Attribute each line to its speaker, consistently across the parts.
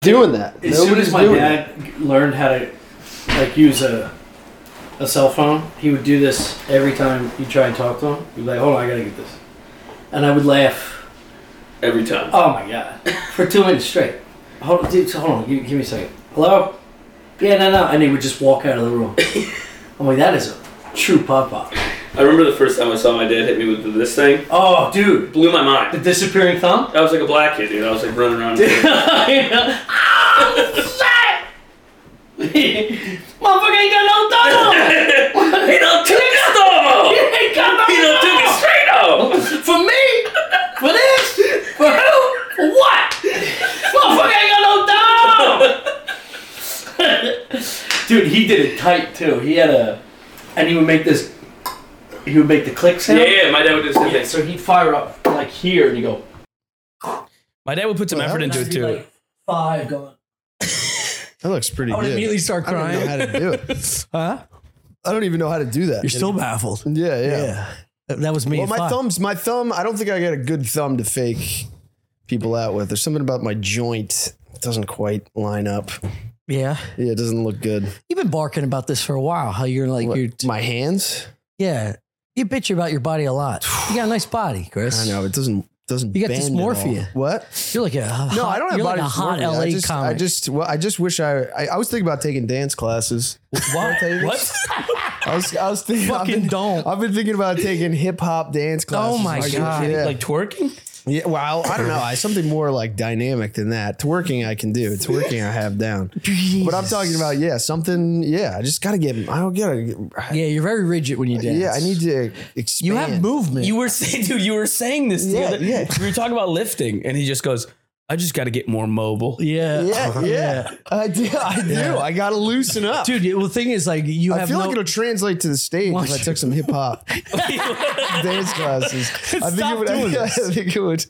Speaker 1: doing that.
Speaker 2: As soon
Speaker 1: Nobody's
Speaker 2: as my
Speaker 1: doing
Speaker 2: dad learned how to like use a a cell phone, he would do this every time you try and talk to him. He'd be like, "Hold on, I gotta get this," and I would laugh.
Speaker 3: Every time.
Speaker 2: Oh my god, for two minutes straight. Hold, dude, so hold on, give, give me a second. Hello? Yeah, no, no, and he would just walk out of the room. I'm like, that is a true papa.
Speaker 3: I remember the first time I saw my dad hit me with this thing.
Speaker 2: Oh, dude,
Speaker 3: Blew my mind.
Speaker 2: the disappearing thumb.
Speaker 3: I was like a black kid, dude. I was like running around.
Speaker 2: Ah, shit! Motherfucker ain't got no thumb.
Speaker 3: he done took his thumb off.
Speaker 2: He ain't got no
Speaker 3: He done took it
Speaker 2: thumb.
Speaker 3: straight off.
Speaker 2: For me? For this? For who? For what? Motherfucker ain't got no dime! Dude, he did it tight too. He had a. And he would make this. He would make the click sound.
Speaker 3: Yeah, yeah, my dad would do the same
Speaker 2: Yeah,
Speaker 3: thing.
Speaker 2: so he'd fire up like here and you go.
Speaker 4: My dad would put some
Speaker 1: Well,
Speaker 4: effort
Speaker 1: that
Speaker 4: into
Speaker 1: was
Speaker 4: it too.
Speaker 2: five going.
Speaker 1: That looks pretty
Speaker 4: I would
Speaker 1: good.
Speaker 4: immediately start
Speaker 1: I don't
Speaker 4: crying.
Speaker 1: know how to do it.
Speaker 4: Huh?
Speaker 1: I don't even know how to do that.
Speaker 4: You're still baffled.
Speaker 1: Yeah, yeah.
Speaker 4: Yeah. That- That was me.
Speaker 1: Well,
Speaker 4: at
Speaker 1: my
Speaker 4: five.
Speaker 1: thumbs, my thumb. I don't think I got a good thumb to fake people out with. There's something about my joint that doesn't quite line up.
Speaker 4: Yeah.
Speaker 1: Yeah, it doesn't look good.
Speaker 4: You've been barking about this for a while. How you're like,
Speaker 1: What,
Speaker 4: you're,
Speaker 1: my hands.
Speaker 4: yeah. You bitch about your body a lot. You got a nice body, Chris.
Speaker 1: I know it doesn't doesn't.
Speaker 4: You got
Speaker 1: bend at all.
Speaker 4: dysmorphia.
Speaker 1: What?
Speaker 4: You're like a hot,
Speaker 1: No, I don't have
Speaker 4: you're
Speaker 1: body
Speaker 4: like a hot
Speaker 1: dysmorphia.
Speaker 4: LA
Speaker 1: I just,
Speaker 4: comic.
Speaker 1: I just, well, I just wish I, I. I was thinking about taking dance classes.
Speaker 4: what? Oh
Speaker 1: tell you
Speaker 4: what?
Speaker 1: I was, I was thinking. I've
Speaker 4: Fucking
Speaker 1: been,
Speaker 4: don't.
Speaker 1: I've been thinking about taking hip hop dance classes.
Speaker 4: Oh my
Speaker 1: Like,
Speaker 4: god!
Speaker 1: Yeah.
Speaker 4: Like twerking?
Speaker 1: yeah. Well, I don't know. I something more like dynamic than that. Twerking, I can do. Twerking, I have down. But I'm talking about yeah, something. Yeah, I just gotta get. I don't get. I-
Speaker 4: Yeah, you're very rigid when you dance.
Speaker 1: Yeah, I need to expand.
Speaker 4: You have movement.
Speaker 5: You were saying, dude, you were saying this.
Speaker 1: Yeah,
Speaker 5: Yeah,
Speaker 1: yeah.
Speaker 5: We were talking about lifting, and he just goes, I just got to get more mobile.
Speaker 4: yeah.
Speaker 1: Yeah, yeah, I do. I do. I gotta loosen up.
Speaker 4: Dude, well, the thing is, like, you
Speaker 1: I
Speaker 4: have
Speaker 1: feel
Speaker 4: no.
Speaker 1: like it'll translate to the stage if I
Speaker 4: Watch-
Speaker 1: took some hip hop dance classes. I think it
Speaker 5: Stop
Speaker 1: would.
Speaker 5: doing
Speaker 1: I,
Speaker 5: this.
Speaker 1: think it would.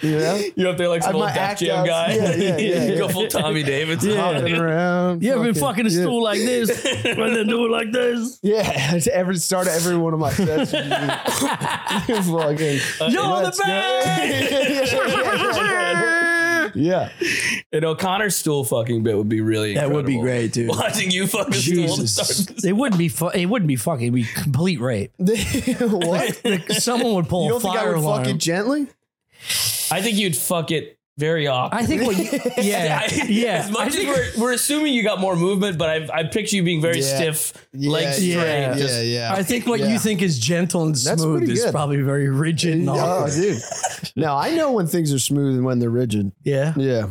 Speaker 1: You know,
Speaker 5: You're up there like some
Speaker 1: I
Speaker 5: old
Speaker 1: might
Speaker 5: Def
Speaker 1: act
Speaker 5: Jam
Speaker 1: out.
Speaker 5: guy.
Speaker 1: Yeah, yeah, yeah,
Speaker 5: you go
Speaker 1: yeah.
Speaker 5: full Tommy Davidson.
Speaker 1: hopping around.
Speaker 4: you ever been fucking a
Speaker 1: yeah.
Speaker 4: stool like this and then do it like this?
Speaker 1: Yeah, to every start of every one of my sets. fucking.
Speaker 4: Yo, the
Speaker 1: let's go.
Speaker 4: best!
Speaker 1: yeah.
Speaker 5: An O'Connor stool fucking bit would be really
Speaker 4: That would be
Speaker 5: incredible.
Speaker 4: great, dude.
Speaker 5: Watching you fucking stool.
Speaker 4: Jesus,
Speaker 5: Start-
Speaker 4: it wouldn't be. Fu- it wouldn't be fucking. It'd be complete rape.
Speaker 1: what?
Speaker 4: Like, someone would pull
Speaker 1: You
Speaker 4: a
Speaker 1: don't think I
Speaker 4: fire
Speaker 1: would
Speaker 4: alarm.
Speaker 1: fuck it gently?
Speaker 5: I think you'd fuck it very awkward.
Speaker 4: I think. What you, yeah, yeah.
Speaker 5: As much
Speaker 4: I
Speaker 5: as
Speaker 4: think-
Speaker 5: we're, we're assuming you got more movement, but I, I picture you being very
Speaker 1: Yeah.
Speaker 5: stiff,
Speaker 1: Yeah,
Speaker 5: legs straight.
Speaker 1: yeah,
Speaker 5: just-
Speaker 1: yeah, yeah.
Speaker 4: I think what
Speaker 1: Yeah.
Speaker 4: you think is gentle and
Speaker 1: That's
Speaker 4: smooth
Speaker 1: pretty
Speaker 4: is
Speaker 1: good.
Speaker 4: probably very rigid and
Speaker 1: Oh,
Speaker 4: awkward.
Speaker 1: dude. Now I know when things are smooth and when they're rigid.
Speaker 4: Yeah,
Speaker 1: Yeah,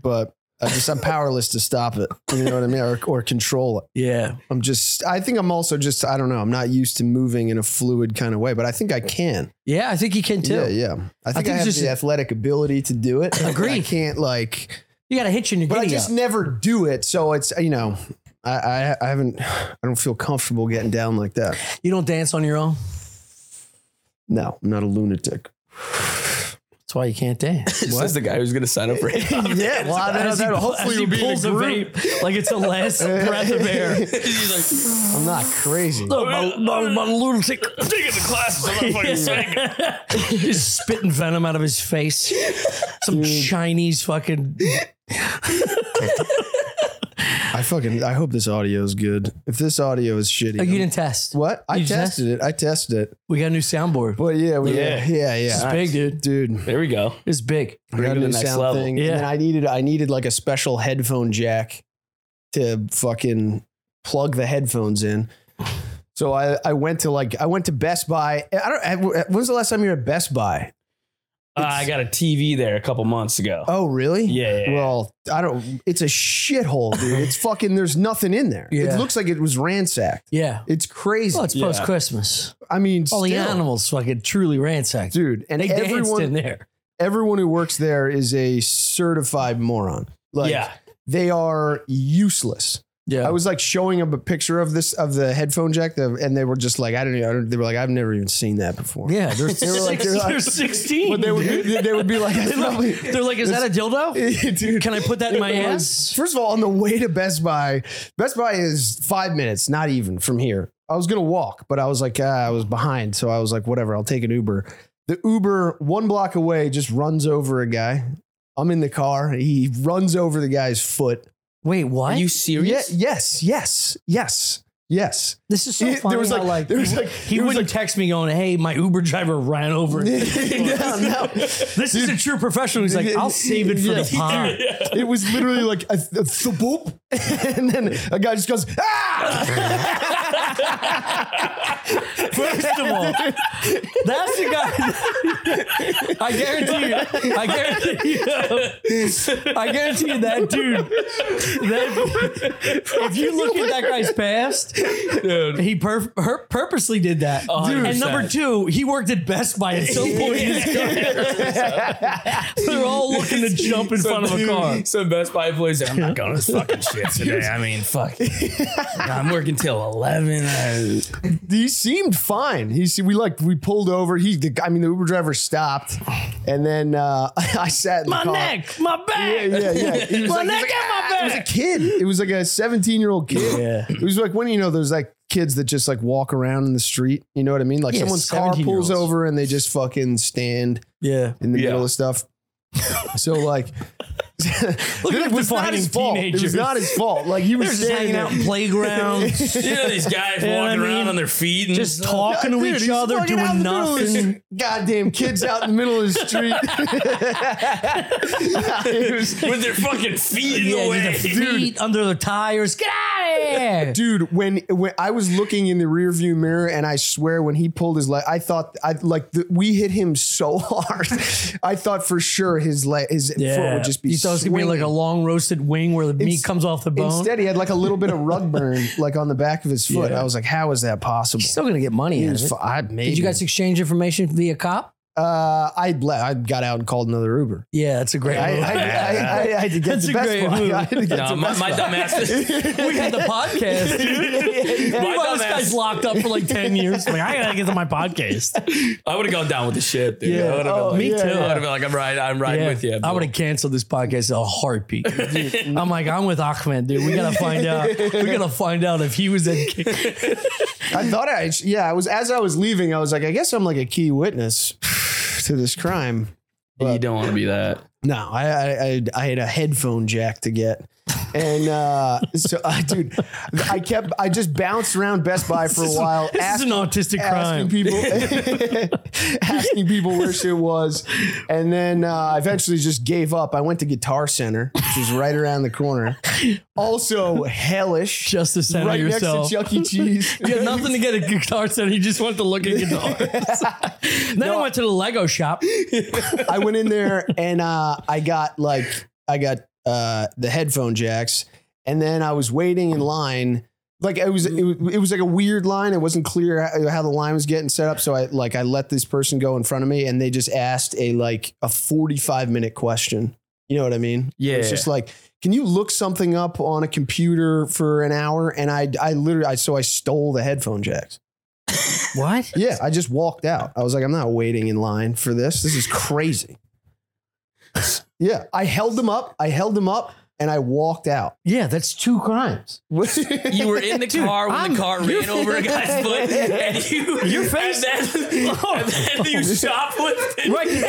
Speaker 1: but I just I'm powerless to stop it. You know what I mean, or or control it.
Speaker 4: yeah.
Speaker 1: I'm just. I think I'm also just. I don't know. I'm not used to moving in a fluid kind of way, but I think I can.
Speaker 4: Yeah, I think you can too.
Speaker 1: Yeah, yeah. I think I,
Speaker 4: think it's
Speaker 1: have
Speaker 4: just-
Speaker 1: the athletic ability to do it. I
Speaker 4: Agreed.
Speaker 1: can't like,
Speaker 4: You got to hitch in your
Speaker 1: but I
Speaker 4: giddy
Speaker 1: just
Speaker 4: up.
Speaker 1: never do it. So it's you know. I, I, I haven't I don't feel comfortable getting down like that.
Speaker 4: You don't dance on your own.
Speaker 1: No, I'm not a lunatic.
Speaker 4: That's why you can't dance.
Speaker 5: Says the guy who's going to sign up for it.
Speaker 1: yeah, well, I don't know,
Speaker 4: As he
Speaker 1: that
Speaker 4: pull-
Speaker 1: hopefully
Speaker 4: as he
Speaker 1: will be in a
Speaker 4: pulls a
Speaker 1: group.
Speaker 4: vape like it's the last breath of air.
Speaker 5: He's like,
Speaker 1: I'm not crazy.
Speaker 4: Oh, my,
Speaker 1: uh,
Speaker 4: my, my lunatic.
Speaker 5: I'm taking the classes. I'm not fucking saying.
Speaker 4: He's spitting venom out of his face. Some Chinese fucking.
Speaker 1: I fucking I hope this audio is good. If this audio is shitty,
Speaker 4: Oh,
Speaker 1: I'm
Speaker 4: you didn't test.
Speaker 1: What? I
Speaker 4: You just
Speaker 1: tested it. I tested it.
Speaker 4: We got a new soundboard.
Speaker 1: But yeah, we, yeah,
Speaker 5: Yeah.
Speaker 1: yeah,
Speaker 4: It's
Speaker 1: yeah.
Speaker 4: big, dude.
Speaker 1: Dude,
Speaker 5: There we go.
Speaker 4: It's big.
Speaker 1: I
Speaker 5: Bring it
Speaker 1: got a
Speaker 5: to the
Speaker 1: new
Speaker 5: next
Speaker 1: sound
Speaker 5: level.
Speaker 1: thing.
Speaker 4: Yeah.
Speaker 1: And then I needed I needed like a special headphone jack to fucking plug the headphones in. So I, I went to like I went to Best Buy. I don't. I- When's the last time you were at Best Buy?
Speaker 5: Uh, I got a TV there a couple months ago.
Speaker 1: Oh, really?
Speaker 5: Yeah.
Speaker 1: Well, I don't. It's a shithole, dude. It's fucking. There's nothing in there.
Speaker 4: Yeah.
Speaker 1: It looks like it was ransacked.
Speaker 4: Yeah.
Speaker 1: It's crazy.
Speaker 4: Well, it's
Speaker 5: Yeah.
Speaker 4: post Christmas.
Speaker 1: I mean,
Speaker 4: All the
Speaker 1: still,
Speaker 4: animals fucking truly ransacked.
Speaker 1: dude. And
Speaker 4: they danced
Speaker 1: everyone,
Speaker 4: in there.
Speaker 1: everyone who works there is a certified moron. Like
Speaker 5: yeah.
Speaker 1: they are useless.
Speaker 4: Yeah.
Speaker 1: I was like showing them a picture of this of the headphone jack, the, and they were just like, I don't know. I don't, they were like, I've never even seen that before.
Speaker 4: yeah. They're,
Speaker 1: They were like-
Speaker 4: six-
Speaker 1: they're like-
Speaker 4: they're 16.
Speaker 1: But they would be, they would be like, I probably,
Speaker 4: They're like, is that a dildo?
Speaker 1: dude.
Speaker 4: Can I put that in my
Speaker 1: it was-
Speaker 4: ass?
Speaker 1: First of all, on the way to Best Buy, Best Buy is five minutes, not even from here. I was gonna walk, but I was like, ah, I was behind, so I was like, whatever, I'll take an Uber. The Uber one block away just runs over a guy I'm in the car. He runs over the guy's foot.
Speaker 4: Wait, what?
Speaker 5: Are you
Speaker 1: Yeah,
Speaker 5: serious?
Speaker 1: yes, yes, yes, yes.
Speaker 4: this is so
Speaker 1: He-
Speaker 4: funny.
Speaker 1: there was
Speaker 4: how,
Speaker 1: like, there was like,
Speaker 4: he
Speaker 1: there was
Speaker 4: wouldn't text me going, "Hey, my Uber driver ran over."
Speaker 1: no, no.
Speaker 4: This is a true professional. He's like, I'll save it for the
Speaker 1: Yeah.
Speaker 4: pod.
Speaker 1: It was literally like a, th- a th- boop, and then a guy just goes ah.
Speaker 4: First of all, that's the guy. I guarantee you. I guarantee you. I guarantee you that dude. That, if you look at that guy's past, he perf- her- purposely did that.
Speaker 5: hundred
Speaker 4: and number
Speaker 5: percent.
Speaker 4: two, he worked at Best Buy at some point. in his career. They're all looking to jump in front of a car.
Speaker 5: So Best Buy plays. I'm not going to this fucking shit today. I mean, fuck. I'm working till eleven. I-
Speaker 1: he seemed fine. He se- we like we pulled over. He the guy- I mean the Uber driver stopped, and then uh, I sat in the
Speaker 4: My
Speaker 1: car.
Speaker 4: neck, my
Speaker 1: Yeah,
Speaker 4: back.
Speaker 1: yeah, yeah. He was
Speaker 4: My
Speaker 1: like,
Speaker 4: neck
Speaker 1: he was like,
Speaker 4: and my
Speaker 1: "Ah!" It was a
Speaker 4: back.
Speaker 1: kid. It was like a 17 year old kid.
Speaker 4: Yeah.
Speaker 1: It was like when you know those like kids that just like walk around in the street. You know what I mean? Like
Speaker 4: Yeah,
Speaker 1: someone's car
Speaker 4: 17-year-olds.
Speaker 1: pulls over and they just fucking stand
Speaker 4: Yeah.
Speaker 1: in the
Speaker 5: Yeah.
Speaker 1: middle of stuff. So like,
Speaker 4: at
Speaker 1: it was not
Speaker 4: defining
Speaker 1: his fault. It
Speaker 4: teenagers.
Speaker 1: was not his fault. Like he
Speaker 4: They're
Speaker 1: was
Speaker 4: just
Speaker 1: standing
Speaker 4: hanging out in playgrounds,
Speaker 5: You know these guys
Speaker 4: You know what
Speaker 5: walking
Speaker 4: I mean?
Speaker 5: around on their feet and
Speaker 4: just
Speaker 5: stuff?
Speaker 4: talking to
Speaker 1: Dude,
Speaker 4: each
Speaker 1: he's
Speaker 4: other,
Speaker 1: fucking out
Speaker 4: doing
Speaker 1: in the middle of this-
Speaker 4: nothing.
Speaker 1: Goddamn kids out in the middle of the street. It was-
Speaker 5: with their fucking feet in
Speaker 4: Yeah,
Speaker 5: the
Speaker 4: with
Speaker 5: way.
Speaker 4: the feet under the tires. Get out of here!
Speaker 1: dude when when i was looking in the rearview mirror and i swear when he pulled his leg i thought i like the, we hit him so hard i thought for sure his leg his foot would just be
Speaker 4: you thought it was gonna be like a
Speaker 1: swinging.
Speaker 4: long roasted wing where the meat
Speaker 1: Inst-
Speaker 4: comes off the bone.
Speaker 1: instead he had like a little bit of rug burn like on the back of his foot i was like how is that possible
Speaker 4: He's still gonna get money
Speaker 1: He
Speaker 4: out
Speaker 1: was
Speaker 4: of it.
Speaker 1: fu- I, maybe.
Speaker 4: Did you guys exchange information via cop?
Speaker 1: uh i le- i got out and called another uber
Speaker 4: Yeah, that's a great.
Speaker 1: I, I,
Speaker 4: move.
Speaker 1: I, I, I had to get
Speaker 4: That's
Speaker 1: the
Speaker 4: a
Speaker 1: best
Speaker 4: great
Speaker 1: one.
Speaker 4: move.
Speaker 1: I had to get
Speaker 5: No,
Speaker 1: the
Speaker 5: my,
Speaker 1: best
Speaker 5: my
Speaker 1: one.
Speaker 5: dumbass.
Speaker 4: we had the podcast. dude.
Speaker 5: My
Speaker 4: Meanwhile, this
Speaker 5: dumbass.
Speaker 4: guy's locked up for like ten years. Like I gotta get to my podcast.
Speaker 5: I would have gone down with the shit, dude.
Speaker 1: Yeah.
Speaker 5: I would've been
Speaker 1: Oh,
Speaker 5: like-
Speaker 1: me
Speaker 5: I
Speaker 1: too.
Speaker 5: would have been like, I'm right. I'm riding
Speaker 4: Yeah.
Speaker 5: with you.
Speaker 4: I
Speaker 5: bro.
Speaker 4: would have canceled this podcast in a heartbeat. I'm like, I'm with Ahmed, dude. We gotta find out. We gotta find out if he was in.
Speaker 1: I thought I, yeah, I was as I was leaving, I was like, I guess I'm like a key witness to this crime.
Speaker 5: you don't want to be that.
Speaker 1: No, I, I I I had a headphone jack to get, and uh, so I dude, I kept I just bounced around Best Buy for a while,
Speaker 4: This is an autistic crime.
Speaker 1: asking people, asking people where shit was, and then uh, I eventually just gave up. I went to Guitar Center, which is right around the corner. Also hellish,
Speaker 4: Just to center
Speaker 1: right
Speaker 4: yourself.
Speaker 1: next to Chuck E. Cheese.
Speaker 4: You had nothing to get a guitar set. He just went to look at guitars. then I went to the Lego shop.
Speaker 1: I went in there and uh, I got like I got uh, the headphone jacks, and then I was waiting in line. Like it was, it was, it was like a weird line. It wasn't clear how- how the line was getting set up. So I like I let this person go in front of me, and they just asked a like a forty five minute question. You know what I mean?
Speaker 5: Yeah.
Speaker 1: It's just like, can you look something up on a computer for an hour? And I, I literally, I so I stole the headphone jacks.
Speaker 4: What?
Speaker 1: Yeah, I just walked out. I was like, I'm not waiting in line for this. This is crazy. yeah, I held them up. I held them up and I walked out.
Speaker 4: Yeah, that's two crimes.
Speaker 5: You were in the car when
Speaker 4: I'm-
Speaker 5: the car ran over a guy's foot, and you
Speaker 4: Your face-
Speaker 5: and then, and then you shoplifted
Speaker 4: Oh. Right.
Speaker 5: from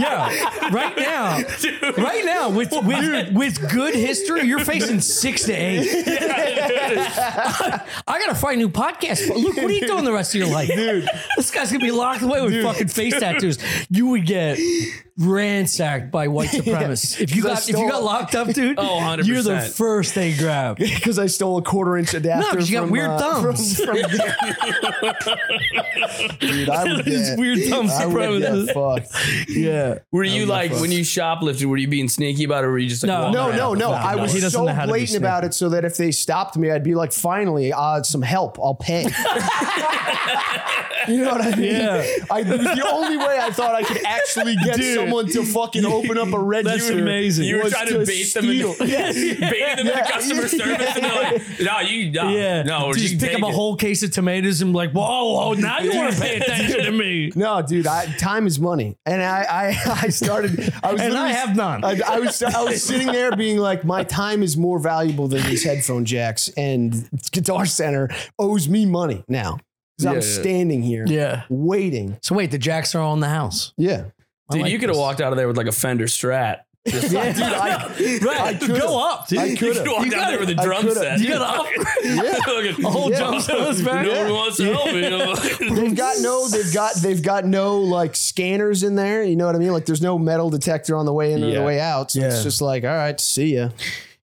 Speaker 4: Yeah, right now,
Speaker 5: Dude.
Speaker 4: right now with with, with good history, you're facing six to eight. I gotta find new podcasts. Luke, what are you doing the rest of your life, dude? This guy's gonna be locked away with fucking face tattoos. You would get ransacked by white supremacists if you
Speaker 1: 'Cause I
Speaker 4: got if you got
Speaker 1: stole-
Speaker 4: locked up, dude.
Speaker 5: Oh, 100%.
Speaker 4: you are the first they grab.
Speaker 1: Because I stole a quarter inch adapter.
Speaker 4: 'cause you got
Speaker 1: from,
Speaker 4: weird
Speaker 1: uh,
Speaker 4: thumbs.
Speaker 1: From, from, dude, I would
Speaker 4: These
Speaker 1: get,
Speaker 4: weird dumb
Speaker 1: I would get fucked.
Speaker 4: supremacists. Yeah.
Speaker 5: Were you like when you shoplifted? Were you being sneaky about it? Or were you just like
Speaker 4: Oh, No.
Speaker 5: walking
Speaker 1: No,
Speaker 5: around?
Speaker 1: no, no. I
Speaker 4: no.
Speaker 1: was
Speaker 4: He doesn't
Speaker 1: so
Speaker 4: know how to be
Speaker 1: blatant
Speaker 4: sneaky.
Speaker 1: about it so that if they stopped me, I'd be like, finally, uh, some help. I'll pay. you know what I mean?
Speaker 4: Yeah.
Speaker 1: I, it was the only way I thought I could actually get someone to fucking open up a register.
Speaker 4: amazing.
Speaker 5: You were
Speaker 1: was
Speaker 5: trying
Speaker 1: to
Speaker 5: to bait them, in,
Speaker 1: steal.
Speaker 5: yeah. bait them
Speaker 1: Yeah.
Speaker 5: into customer service, and they're like, "No, you, no,
Speaker 4: Yeah.
Speaker 5: no, or
Speaker 4: just
Speaker 5: you
Speaker 4: pick up
Speaker 5: take
Speaker 4: a
Speaker 5: it.
Speaker 4: whole case of tomatoes and be like, whoa, whoa, now you want to pay attention to me.
Speaker 1: No, dude, I, time is money, and I, I, I started. I was
Speaker 4: And I
Speaker 1: literally-
Speaker 4: have none.
Speaker 1: I, I was, I was sitting there being like, my time is more valuable than these headphone jacks, and Guitar Center owes me money now because I'm
Speaker 5: Yeah.
Speaker 1: standing here,
Speaker 4: Yeah.
Speaker 1: waiting.
Speaker 4: So wait, the jacks are all in the house.
Speaker 1: Yeah,
Speaker 5: Dude, you could have walked out of there with like a Fender Strat.
Speaker 1: Yeah, dude, I,
Speaker 4: Right, go up, dude.
Speaker 1: I
Speaker 5: You
Speaker 1: could
Speaker 5: could
Speaker 1: have.
Speaker 5: walk out there with a
Speaker 1: I
Speaker 5: drum
Speaker 1: coulda.
Speaker 5: set.
Speaker 4: You gotta
Speaker 5: upgrade a whole
Speaker 1: Yeah.
Speaker 5: drum set. on his back. No one wants to help me.
Speaker 1: They've got no, they've got, they've got no like scanners in there. You know what I mean? Like, there's no metal detector on the way in or
Speaker 5: Yeah.
Speaker 1: the way out. So
Speaker 4: Yeah.
Speaker 1: it's just like, all right, see ya.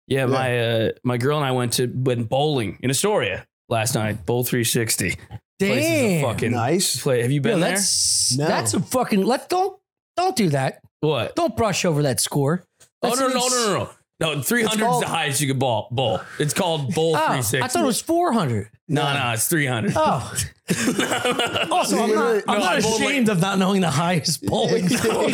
Speaker 5: Yeah, my uh, my girl and I went to went bowling in Astoria last night. Bowl 360. Place is a fucking
Speaker 1: Nice.
Speaker 5: play. Have you
Speaker 4: Yo,
Speaker 5: been there?
Speaker 4: that's
Speaker 1: No.
Speaker 4: that's a fucking let don't don't do that.
Speaker 5: What?
Speaker 4: Don't brush over that score.
Speaker 5: Oh
Speaker 4: That's
Speaker 5: no
Speaker 4: an
Speaker 5: no no
Speaker 4: ins-
Speaker 5: no no. No, 300 is
Speaker 1: called-
Speaker 5: the highest you could ball bowl. It's called bowl
Speaker 4: Oh, I
Speaker 5: 360.
Speaker 4: thought it was four hundred.
Speaker 5: no, no, it's 300.
Speaker 4: Oh, also I'm not, I'm
Speaker 5: No,
Speaker 4: not
Speaker 5: I bowled like-
Speaker 4: ashamed of not knowing the highest bowling. score.
Speaker 5: Oh,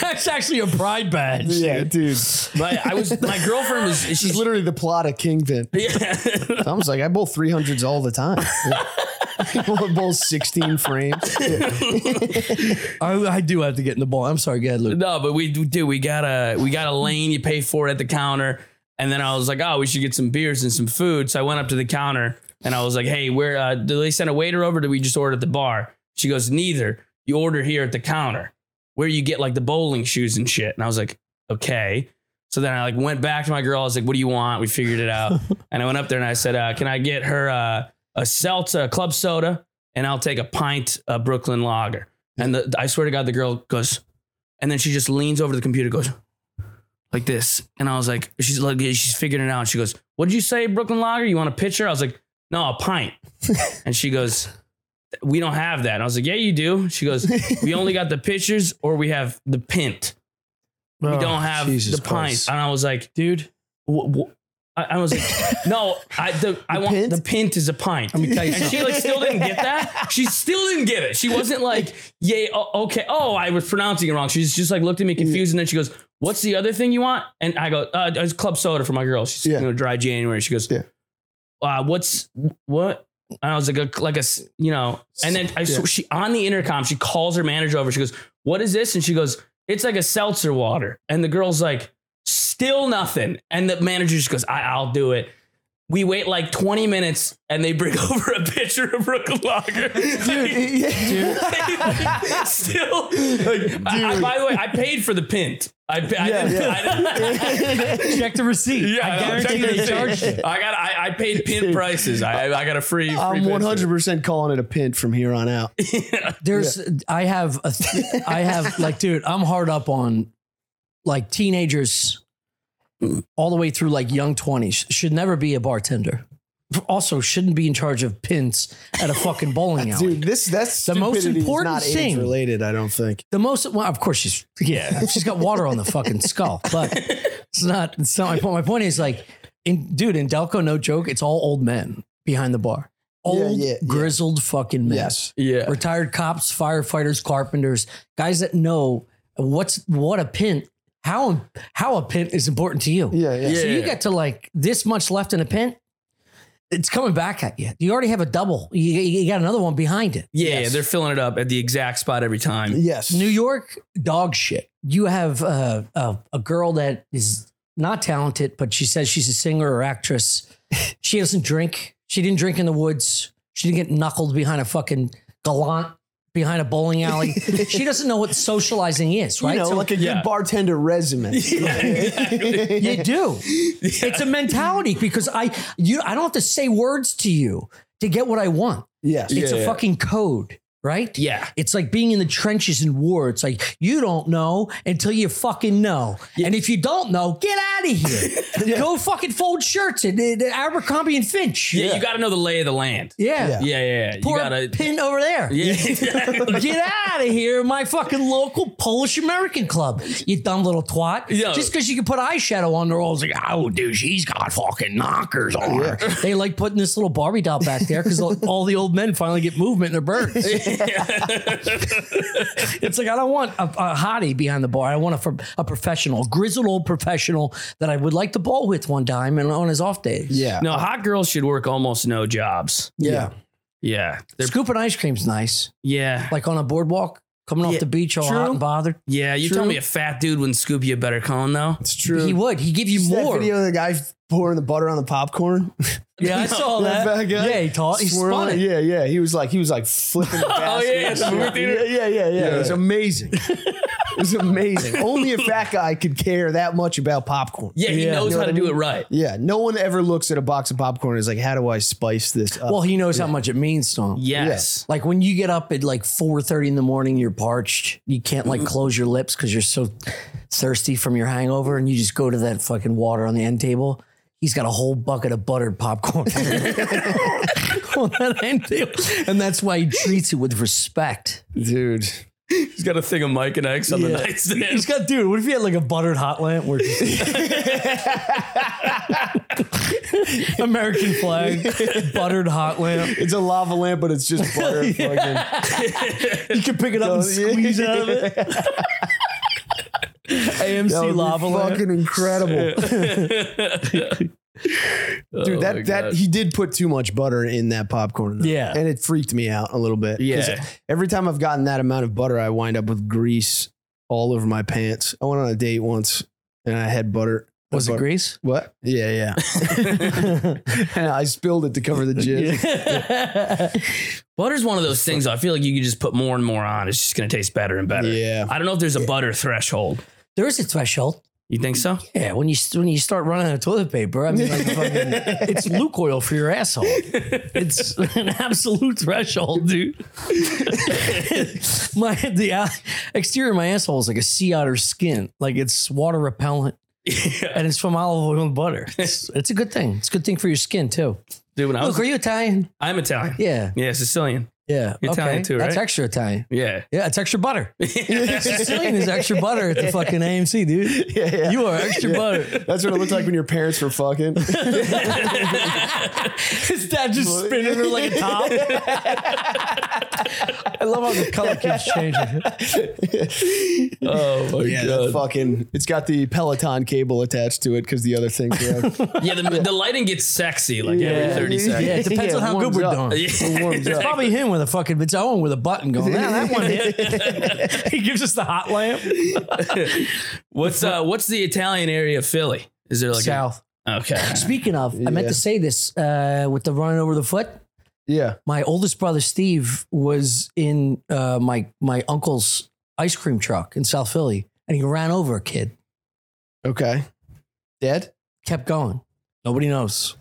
Speaker 4: That's actually a pride badge.
Speaker 1: Yeah, dude.
Speaker 5: My I was my girlfriend was she's
Speaker 1: She's
Speaker 5: literally
Speaker 1: literally the plot of Kingpin.
Speaker 5: yeah.
Speaker 1: Tom's like, I bowl 300s all the time. I bowl 16 frames.
Speaker 4: I, I do have to get in the ball. I'm sorry, go ahead, Luke.
Speaker 5: No, but we do. We got a we got a lane. You pay for it at the counter, and then I was like, oh, we should get some beers and some food. So I went up to the counter and I was like, hey, where uh, do they send a waiter over? Or do we just order at the bar? She goes, neither. You order here at the counter, where you get like the bowling shoes and shit. And I was like, okay. So then I like went back to my girl. I was like, what do you want? We figured it out. and I went up there and I said, uh, can I get her uh, a seltzer, a club soda, and I'll take a pint of Brooklyn Lager. And the, I swear to God, the girl goes, and then she just leans over to the computer, goes like this, and I was like, she's like, she's figuring it out. And she goes, "What did you say, Brooklyn Lager? You want a pitcher?" I was like, "No, a pint." and she goes, "We don't have that." And I was like, "Yeah, you do." She goes, "We only got the pitchers, or we have the pint. We don't have
Speaker 1: Oh, Jesus
Speaker 5: the pints."
Speaker 1: Christ.
Speaker 5: And I was like,
Speaker 4: dude.
Speaker 5: "Wha- wha- I, I was like, "No, I the, I want
Speaker 1: pint?
Speaker 5: the pint is a pint."
Speaker 4: Let me tell you
Speaker 5: And she
Speaker 4: something.
Speaker 5: like still didn't get that. She still didn't get it. She wasn't like, "Yay, oh, okay." Oh, I was pronouncing it wrong. She's just like looked at me confused, and then she goes, "What's the other thing you want?" And I go, uh, "It's club soda for my girl." She's
Speaker 1: Yeah.
Speaker 5: you know dry January. She goes,
Speaker 1: Yeah.
Speaker 5: uh, "What's what?" And I was like, a, like a s- you know, and then I sw-
Speaker 1: Yeah.
Speaker 5: she on the intercom. She calls her manager over. She goes, "What is this?" And she goes, "It's like a seltzer water." And the girl's like, "Still nothing." And the manager just goes, I- "I'll do it." We wait like 20 minutes and they bring over a pitcher of Brooklyn Lager. Like, still, like, I- I- by the way, I paid for the pint. I, I didn't. I didn't
Speaker 4: Check the receipt.
Speaker 5: yeah,
Speaker 4: I
Speaker 5: I'll check
Speaker 4: guarantee
Speaker 5: the
Speaker 4: they
Speaker 5: receipt.
Speaker 4: charged you.
Speaker 5: I got. I, I paid pin prices. I I got a free. free
Speaker 1: I'm
Speaker 5: pin.
Speaker 1: 100% calling it a pint from here on out.
Speaker 4: There's I have a th- I have like dude, I'm hard up on like teenagers all the way through like young 20s should never be a bartender. Also shouldn't be in charge of pins at a fucking bowling alley.
Speaker 1: Dude, this that's
Speaker 4: The most
Speaker 1: stupidity is
Speaker 4: important
Speaker 1: not
Speaker 4: thing-
Speaker 1: age related, I don't think.
Speaker 4: The most well, of course she's yeah, she's got water on the fucking skull, but it's not it's not my point. My point is like in dude, in Delco, no joke, it's all old men behind the bar. Old
Speaker 1: yeah, yeah.
Speaker 4: grizzled fucking men.
Speaker 1: Yes.
Speaker 5: Yeah.
Speaker 4: retired cops, firefighters, carpenters, guys that know what's what a pint, how how a pint is important to you.
Speaker 1: Yeah, yeah.
Speaker 5: Yeah.
Speaker 4: So you get to like this much left in a pint, it's coming back at you. You already have a double. You, you got another one behind it.
Speaker 5: Yeah, they're filling it up at the exact spot every time.
Speaker 1: Yes.
Speaker 4: New York dog shit. You have uh, a a girl that is not talented, but she says she's a singer or actress. She doesn't drink. She didn't drink in the woods. She didn't get knuckled behind a fucking gallant behind a bowling alley. she doesn't know what socializing is,
Speaker 1: you
Speaker 4: right?
Speaker 1: know,
Speaker 4: So
Speaker 1: like a
Speaker 5: yeah.
Speaker 1: good bartender resume.
Speaker 4: you do. It's a mentality because I you I don't have to say words to you to get what I want.
Speaker 1: yes.
Speaker 4: It's a fucking code, right?
Speaker 5: Yeah.
Speaker 4: It's like being in the trenches in war. It's like you don't know until you fucking know. And if you don't know, get out of here. Go fucking fold shirts at, at Abercrombie and Finch.
Speaker 5: Yeah, you got to know the lay of the land.
Speaker 4: Yeah.
Speaker 1: Yeah.
Speaker 5: Yeah, yeah, yeah.
Speaker 4: Pour
Speaker 5: you
Speaker 4: a
Speaker 5: gotta.
Speaker 4: pin over there.
Speaker 5: yeah, exactly.
Speaker 4: Get out of here, my fucking local Polish American club. You dumb little twat.
Speaker 5: Yo.
Speaker 4: Just because you can put eyeshadow on, they're always like, oh, dude, she's got fucking knockers on her. They like putting this little Barbie doll back there because all the old men finally get movement in their birds. It's like I don't want a, a hottie behind the bar. I want a, fr- a professional, a grizzled old professional that I would like to bowl with one time and on his off days.
Speaker 1: Yeah.
Speaker 5: no, hot girls should work almost no jobs.
Speaker 1: Yeah.
Speaker 5: Yeah, they're,
Speaker 4: Scooping ice cream's nice,
Speaker 5: yeah,
Speaker 4: like on a boardwalk, coming
Speaker 5: Yeah,
Speaker 4: off the beach all hot
Speaker 5: true.
Speaker 4: and bothered.
Speaker 5: yeah. You tell
Speaker 4: True.
Speaker 5: me a fat dude wouldn't scoop you a better cone though.
Speaker 1: It's true.
Speaker 4: He would. He give you
Speaker 1: See that
Speaker 4: more.
Speaker 1: video of the guy pouring the butter on the popcorn.
Speaker 4: Yeah, I saw
Speaker 1: That
Speaker 4: that.
Speaker 1: fat guy
Speaker 4: yeah, he taught. He spun it.
Speaker 1: Swirling. Yeah, yeah. He was like he was like flipping. The
Speaker 5: Oh, yeah,
Speaker 1: basket
Speaker 5: at the
Speaker 1: and
Speaker 5: movie
Speaker 1: shit.
Speaker 5: theater.
Speaker 1: Yeah, yeah, yeah, yeah. It was amazing. it was amazing. Only a fat guy could care that much about popcorn.
Speaker 5: Yeah, he
Speaker 4: Yeah.
Speaker 1: You
Speaker 5: knows
Speaker 1: know
Speaker 5: how
Speaker 1: what
Speaker 5: to
Speaker 1: I
Speaker 5: do
Speaker 1: mean?
Speaker 5: it right.
Speaker 1: Yeah, no one ever looks at a box of popcorn and is like, "How do I spice this up?"
Speaker 4: Well, he knows how much it means to him.
Speaker 5: Yes.
Speaker 4: Like when you get up at like 4:30 in the morning, you're parched. You can't like close your lips because you're so thirsty from your hangover, and you just go to that fucking water on the end table. He's got a whole bucket of buttered popcorn on that end table, and that's why he treats it with respect.
Speaker 1: dude,
Speaker 5: He's got a thing of Mike and X on the nightstand.
Speaker 4: He's got, dude. What if he had like a buttered hot lamp? Where American flag, buttered hot lamp.
Speaker 1: it's a lava lamp, but it's just butter. fucking-
Speaker 4: You can pick it up and squeeze out of it. AMC
Speaker 1: That would be
Speaker 4: lava lamp.
Speaker 1: fucking incredible, dude.
Speaker 5: my
Speaker 1: that that
Speaker 5: God.
Speaker 1: he did put too much butter in that popcorn.
Speaker 4: Yeah.
Speaker 1: and it freaked me out a little bit. 'Cause
Speaker 5: Yeah.
Speaker 1: every time I've gotten that amount of butter, I wind up with grease all over my pants. I went on a date once and I had butter.
Speaker 4: Was it
Speaker 1: butter-
Speaker 4: grease?
Speaker 1: What? Yeah, yeah. and I spilled it to cover the jizz.
Speaker 5: Butter's one of those things. I feel like you can just put more and more on. It's just gonna taste better and better.
Speaker 1: Yeah.
Speaker 5: I don't know if there's a butter threshold.
Speaker 4: There is a threshold.
Speaker 5: You think so?
Speaker 4: Yeah, when you when you start running out of toilet paper, I mean, like fucking, it's Luke oil for your asshole. It's an absolute threshold, dude. my the uh, exterior of my asshole is like a sea otter skin, like it's water repellent, and it's from olive oil and butter. It's, it's a good thing. It's a good thing for your skin too.
Speaker 5: Dude, when I
Speaker 4: Luke,
Speaker 5: was,
Speaker 4: are you Italian?
Speaker 5: I'm Italian.
Speaker 4: Yeah,
Speaker 5: Yeah, Sicilian.
Speaker 4: yeah.
Speaker 5: You're Italian too,
Speaker 4: That's
Speaker 5: right?
Speaker 4: extra Italian.
Speaker 5: Yeah.
Speaker 4: Yeah, it's extra butter. Sicilian is extra butter at the fucking AMC, dude.
Speaker 1: Yeah, yeah.
Speaker 4: You are extra butter.
Speaker 1: That's what it looked like when your parents were fucking.
Speaker 4: His dad just spinning her like a top. I love how the color keeps changing.
Speaker 5: Oh my
Speaker 1: yeah, that fucking. It's got the Peloton cable attached to it because the other things. Are,
Speaker 5: Yeah, the, the lighting gets sexy like every 30 seconds.
Speaker 4: Yeah, it depends on
Speaker 1: it
Speaker 4: how good
Speaker 1: warms
Speaker 4: we're
Speaker 1: up.
Speaker 4: doing.
Speaker 1: It warms up.
Speaker 4: Probably him with a fucking it's Owen with a button going. Man, that one hit. he gives us the hot lamp.
Speaker 5: What's uh what's the Italian area of Philly? Is there like
Speaker 4: South.
Speaker 5: A, okay.
Speaker 4: Speaking of, I meant
Speaker 1: Yeah.
Speaker 4: to say this uh, with the running over the foot.
Speaker 1: Yeah.
Speaker 4: my oldest brother Steve was in uh, my my uncle's ice cream truck in South Philly, and he ran over a kid.
Speaker 1: Okay. Dead.
Speaker 4: Kept going. Nobody knows.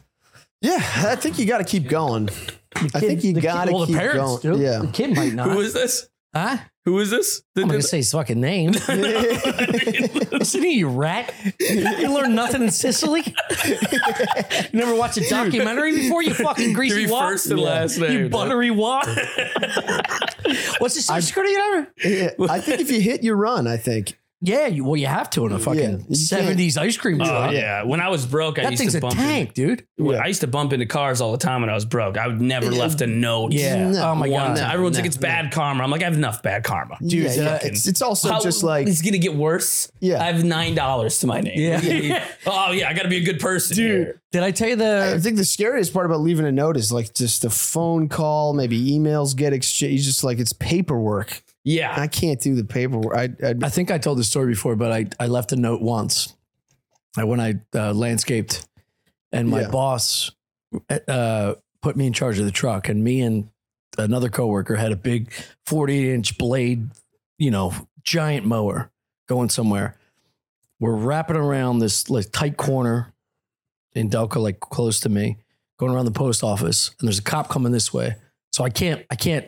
Speaker 1: Yeah, I think you got to keep going. I think you
Speaker 4: The kid-
Speaker 1: got to
Speaker 4: well,
Speaker 1: keep
Speaker 4: the parents,
Speaker 1: going.
Speaker 4: dude.
Speaker 1: Yeah.
Speaker 4: the kid might not.
Speaker 5: Who is this?
Speaker 4: huh?
Speaker 5: Who is this?
Speaker 4: I'm not gonna say his fucking name. Listen to you, rat. You learned nothing in Sicily. you never watched a documentary before. You fucking greasy
Speaker 5: Give me
Speaker 4: wop.
Speaker 5: first and last name,
Speaker 4: You
Speaker 5: dude.
Speaker 4: buttery wop. What's the social security number?
Speaker 1: Yeah, I think if you hit, you run. I think.
Speaker 4: Yeah, you, well, you have to in a
Speaker 1: Yeah,
Speaker 4: fucking
Speaker 1: you can't-
Speaker 4: '70s ice cream
Speaker 5: Oh
Speaker 4: truck.
Speaker 5: yeah. When I was broke, I
Speaker 4: That
Speaker 5: used
Speaker 4: thing's
Speaker 5: to
Speaker 4: a
Speaker 5: bump
Speaker 4: tank, dude.
Speaker 5: Into,
Speaker 1: Yeah.
Speaker 5: I used to bump into cars all the time when I was broke. I would never left a note.
Speaker 4: Yeah.
Speaker 1: No.
Speaker 4: oh my
Speaker 5: One
Speaker 4: god.
Speaker 5: time. Everyone's like,
Speaker 1: no,
Speaker 5: it's bad karma. I'm like, I have enough bad karma.
Speaker 1: Dude, yeah,
Speaker 4: uh,
Speaker 1: it's, it's also
Speaker 5: How-
Speaker 1: just like
Speaker 5: it's gonna get worse.
Speaker 1: Yeah.
Speaker 5: I have nine dollars to my name.
Speaker 4: Yeah.
Speaker 5: oh yeah, I gotta be a good person, dude.
Speaker 4: Did I tell you
Speaker 1: I
Speaker 4: the?
Speaker 1: think the scariest part about leaving a note is like just the phone call, maybe emails get exchanged. Just like it's paperwork.
Speaker 5: Yeah,
Speaker 1: I can't do the paperwork. I, I'd,
Speaker 4: I think I told this story before, but I I left a note once. I when I uh, landscaped, and my
Speaker 1: Yeah.
Speaker 4: boss uh, put me in charge of the truck, and me and another coworker had a big forty inch blade, you know, giant mower going somewhere. We're wrapping around this like tight corner in Delco, like close to me, going around the post office, and there's a cop coming this way. So I can't, I can't,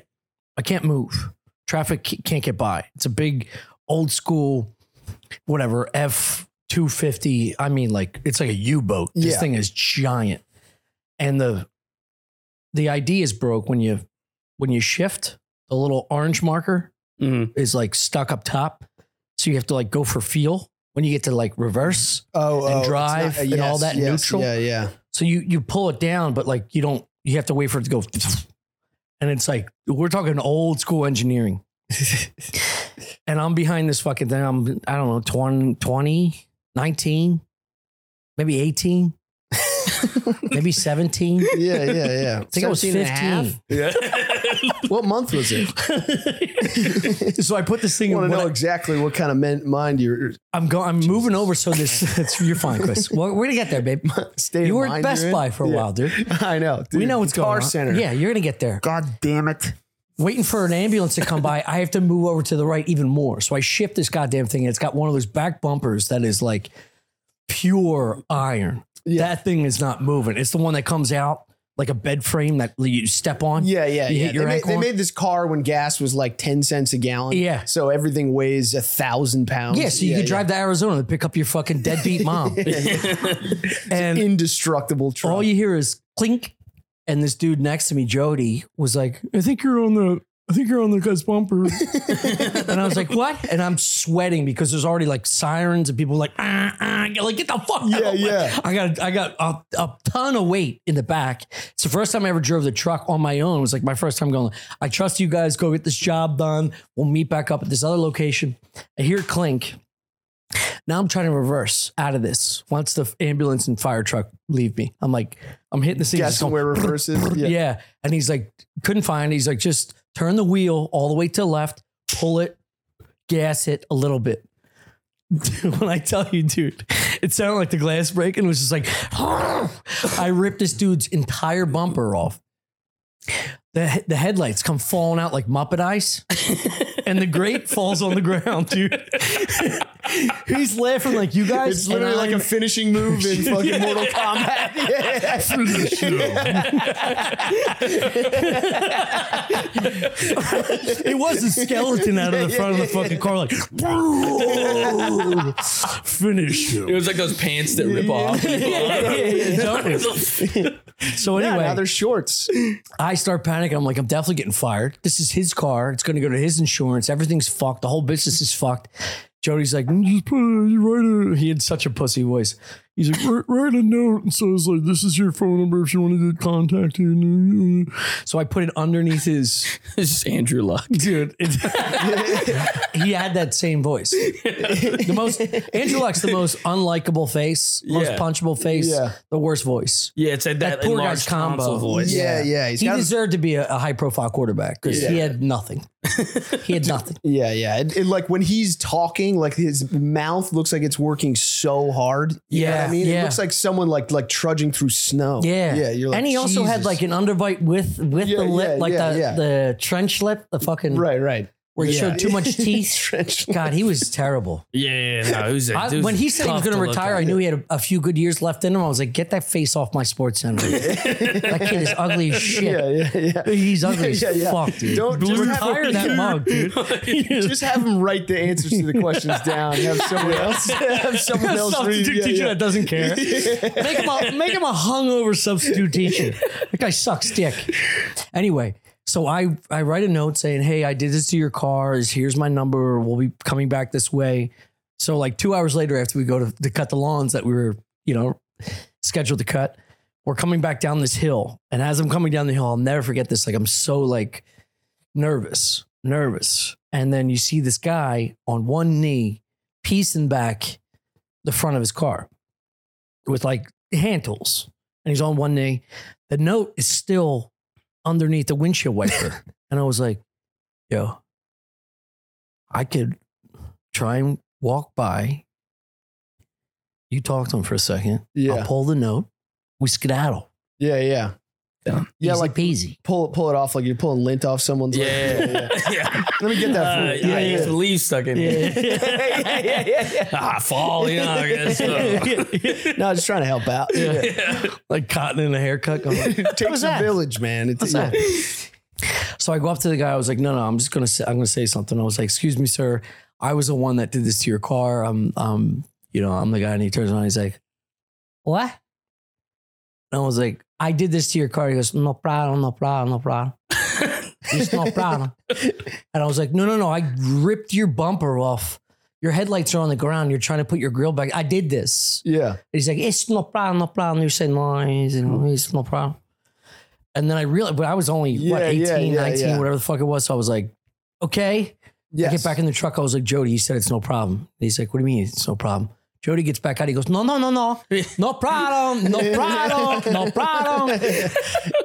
Speaker 4: I can't move. Traffic c- can't get by. It's a big old school, whatever, F 250. I mean, like it's like a U boat. This
Speaker 1: Yeah.
Speaker 4: thing is giant. And the, the ID is broke when you, when you shift the little orange marker
Speaker 5: Mhm.
Speaker 4: is like stuck up top. So you have to like go for feel when you get to like reverse.
Speaker 1: oh,
Speaker 4: and
Speaker 1: oh, it's
Speaker 4: drive
Speaker 1: not-
Speaker 4: and all that neutral.
Speaker 1: Yeah, yeah.
Speaker 4: So you you pull it down, but like you don't you have to wait for it to go. And it's like we're talking old school engineering. and I'm behind this fucking thing. I'm I don't know 20, 20 19, maybe 18, maybe 17. I
Speaker 1: Yeah, yeah, yeah.
Speaker 4: think I was 15.
Speaker 5: yeah.
Speaker 1: What month was it?
Speaker 4: So I put this thing
Speaker 1: I
Speaker 4: in.
Speaker 1: want to
Speaker 4: what
Speaker 1: know
Speaker 4: I-
Speaker 1: exactly what kind of men, mind you're
Speaker 4: I'm going. I'm moving over. So this, it's, you're fine, Chris. Well, we're gonna get there, babe.
Speaker 1: state. of
Speaker 4: You were at
Speaker 1: mind
Speaker 4: Best
Speaker 1: you're in.
Speaker 4: Buy for a
Speaker 1: Yeah.
Speaker 4: while, dude.
Speaker 1: I know. Dude.
Speaker 4: we know what's
Speaker 1: Guitar
Speaker 4: going on.
Speaker 1: Center.
Speaker 4: Yeah, you're gonna get there.
Speaker 1: God damn it.
Speaker 4: Waiting for an ambulance to come by, I have to move over to the right even more. So I shift this goddamn thing, and it's got one of those back bumpers that is like pure iron.
Speaker 1: Yeah.
Speaker 4: That thing is not moving. It's the one that comes out like a bed frame that you step on.
Speaker 1: Yeah, yeah,
Speaker 4: You
Speaker 1: yeah.
Speaker 4: hit your
Speaker 1: they, made,
Speaker 4: ankle
Speaker 1: they
Speaker 4: on-
Speaker 1: made this car when gas was like ten cents a gallon.
Speaker 4: Yeah.
Speaker 1: so everything weighs a thousand pounds.
Speaker 4: Yeah, so you could drive to Arizona to pick up your fucking deadbeat mom.
Speaker 5: Mm-hmm.
Speaker 4: and
Speaker 1: indestructible truck.
Speaker 4: all you hear is clink. And this dude next to me, Jody, was like, I think you're on the I think you're on the guy's bumper. and I was like, what? And I'm sweating because there's already like sirens and people like, ah, ah, You're like, get the fuck out.
Speaker 1: Yeah,
Speaker 4: Like,
Speaker 1: yeah.
Speaker 4: I got I got a, a ton of weight in the back. It's the first time I ever drove the truck on my own. It was like my first time going, I trust you guys, go get this job done. We'll meet back up at this other location. I hear clink. Now I'm trying to reverse out of this. Once the ambulance and fire truck leave me, I'm like, I'm hitting the scene. just
Speaker 1: guessing
Speaker 4: going,
Speaker 1: where reverses.
Speaker 4: yeah.
Speaker 1: Yeah.
Speaker 4: And he's like, couldn't find it. He's like, just turn the wheel all the way to the left, pull it, gas it a little bit. Dude, when I tell you, dude, it sounded like the glass break and it was just like, I ripped this dude's entire bumper off. The, the headlights come falling out like Muppet Ice, and the grate falls on the ground, dude. He's laughing like you guys.
Speaker 1: It's literally
Speaker 4: and
Speaker 1: like
Speaker 4: I'm-
Speaker 1: a finishing move in fucking Mortal Kombat. Yeah.
Speaker 4: It was a skeleton out of the front of the fucking car, like finish
Speaker 5: It
Speaker 4: you.
Speaker 5: was like those pants that rip off.
Speaker 4: So
Speaker 1: Yeah, now
Speaker 4: anyway,
Speaker 1: there's shorts.
Speaker 4: I start panicking. I'm like, I'm definitely getting fired. This is his car. It's going to go to his insurance. Everything's fucked. The whole business is fucked. Jody's like, "Mm, just put it- you write a-" he had such a pussy voice. He's like, "Write- write a note. And so it's like, this is your phone number if you want to get contacted. So I put it underneath his
Speaker 5: It's just Andrew Luck.
Speaker 4: dude. it- he had that same voice. the most Andrew Luck's the most unlikable face, most
Speaker 5: Yeah.
Speaker 4: punchable face,
Speaker 1: Yeah.
Speaker 4: the worst voice.
Speaker 5: Yeah, it's that, that,
Speaker 4: That poor
Speaker 5: enlarged
Speaker 4: guy's combo.
Speaker 5: tonsil voice.
Speaker 1: Yeah, yeah. He's
Speaker 4: he
Speaker 1: got-
Speaker 4: deserved to be a, a high profile quarterback because he had nothing. he had nothing.
Speaker 1: yeah, yeah. It, it, like when he's talking, like his mouth looks like it's working so hard. You know what
Speaker 4: Yeah,
Speaker 1: I mean,
Speaker 4: yeah.
Speaker 1: it looks like someone like like trudging through snow.
Speaker 4: Yeah,
Speaker 1: yeah. You're like,
Speaker 4: and he also had
Speaker 1: Jesus.
Speaker 4: like an underbite with with
Speaker 1: Yeah,
Speaker 4: the lip,
Speaker 1: yeah,
Speaker 4: like
Speaker 1: yeah,
Speaker 4: the
Speaker 1: yeah.
Speaker 4: the trench lip, the fucking
Speaker 1: right, right.
Speaker 4: where he
Speaker 1: Yeah.
Speaker 4: showed too much teeth.
Speaker 1: Trench.
Speaker 4: God, he was terrible.
Speaker 5: Yeah, yeah, no, it was a,
Speaker 4: I-
Speaker 5: it was
Speaker 4: when he said he was
Speaker 5: tough
Speaker 4: going to
Speaker 5: look
Speaker 4: retire,
Speaker 5: at.
Speaker 4: I knew he had a, a few good years left in him. I was like, get that face off my sports center. that kid is ugly as shit.
Speaker 1: Yeah, yeah, yeah.
Speaker 4: He's ugly
Speaker 1: Yeah,
Speaker 4: as
Speaker 1: yeah.
Speaker 4: fuck, dude.
Speaker 1: Don't
Speaker 4: Just
Speaker 1: just
Speaker 4: retire
Speaker 1: have-
Speaker 4: that mug, dude.
Speaker 1: Just have him write the answers to the questions down. Have someone else. Have someone else read.
Speaker 4: substitute
Speaker 1: Yeah,
Speaker 4: teacher
Speaker 1: yeah.
Speaker 4: that doesn't care. Make him a make him a hungover substitute teacher. That guy sucks dick. Anyway, so I I write a note saying, "Hey, I did this to your car. Is here's my number. We'll be coming back this way." So like two hours later, after we go to, to cut the lawns that we were you know scheduled to cut, we're coming back down this hill. And as I'm coming down the hill, I'll never forget this. Like I'm so like nervous, nervous. And then you see this guy on one knee, piecing back the front of his car with like hand tools. And he's on one knee. The note is still underneath the windshield wiper. and I was like, yo, I could try and walk by. You talk to him for a second. I'll
Speaker 1: Yeah,
Speaker 4: pull the note. We skedaddle.
Speaker 1: yeah, yeah. Yeah,
Speaker 4: Easy
Speaker 1: like
Speaker 4: peasy.
Speaker 1: pull pull it off like you're pulling lint off someone's. leg.
Speaker 5: Yeah. yeah.
Speaker 1: Let me get
Speaker 5: Uh,
Speaker 1: that. for you.
Speaker 5: yeah, yeah. Some leaves stuck in
Speaker 1: yeah, yeah, yeah, yeah.
Speaker 5: ah, fall, you know, I guess. Uh,
Speaker 1: No, just trying to help out. Yeah.
Speaker 4: Like cotton in a haircut. going like,
Speaker 1: It takes a
Speaker 4: that?
Speaker 1: village, man. It's,
Speaker 4: What's that? So I go up to the guy. I was like, no, no, I'm just gonna say, I'm gonna say something. I was like, excuse me, sir. I was the one that did this to your car. I'm, um, you know, I'm the guy. And he turns around. He's like, what? And I was like, I did this to your car. He goes, no problem, no problem, no problem. It's no problem. And I was like, no, no, no. I ripped your bumper off. Your headlights are on the ground. You're trying to put your grill back. I did this.
Speaker 1: Yeah.
Speaker 4: He's like, it's no problem, no problem. You say no, it's it's no problem. And then I realized, but I was only what,
Speaker 1: Yeah,
Speaker 4: 18,
Speaker 1: yeah, yeah,
Speaker 4: 19,
Speaker 1: yeah.
Speaker 4: whatever the fuck it was. So I was like, okay.
Speaker 1: Yes.
Speaker 4: I get back in the truck. I was like, Jody, you said it's no problem. And he's like, what do you mean it's no problem? Jody gets back out. He goes, no, no, no, no. No problem. No problem. No problem.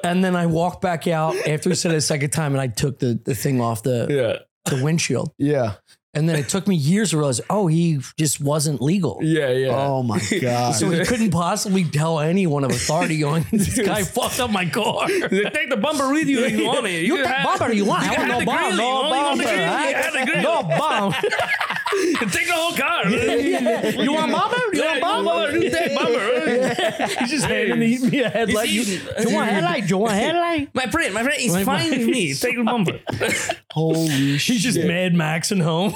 Speaker 4: And then I walked back out after he said it a second time and I took the, the thing off the,
Speaker 5: Yeah.
Speaker 4: the windshield.
Speaker 1: Yeah.
Speaker 4: And then it took me years to realize, oh, he just wasn't legal.
Speaker 5: Yeah. Yeah.
Speaker 1: Oh my
Speaker 4: So
Speaker 1: god.
Speaker 4: he couldn't possibly tell anyone of authority going, this guy fucked up my car.
Speaker 5: Take the bumper with you if you want it.
Speaker 4: You take
Speaker 5: have-
Speaker 4: bumper you want. I
Speaker 5: got
Speaker 4: want no
Speaker 5: the
Speaker 4: bomb.
Speaker 5: grill, you
Speaker 4: No
Speaker 5: only want the
Speaker 4: bomber.
Speaker 5: grill, you
Speaker 4: huh?
Speaker 5: have the grill.
Speaker 4: No bomb.
Speaker 5: Take the whole car.
Speaker 4: You want bomber? You want bomber?
Speaker 5: You take bumper. He's just
Speaker 4: Eat me a headlight. You,
Speaker 5: eating.
Speaker 4: you want headlight? You want headlight?
Speaker 5: My friend, my friend, he's
Speaker 4: My-
Speaker 5: fine with me. Take the bumper.
Speaker 1: Holy shit.
Speaker 4: He's just Mad Max and home.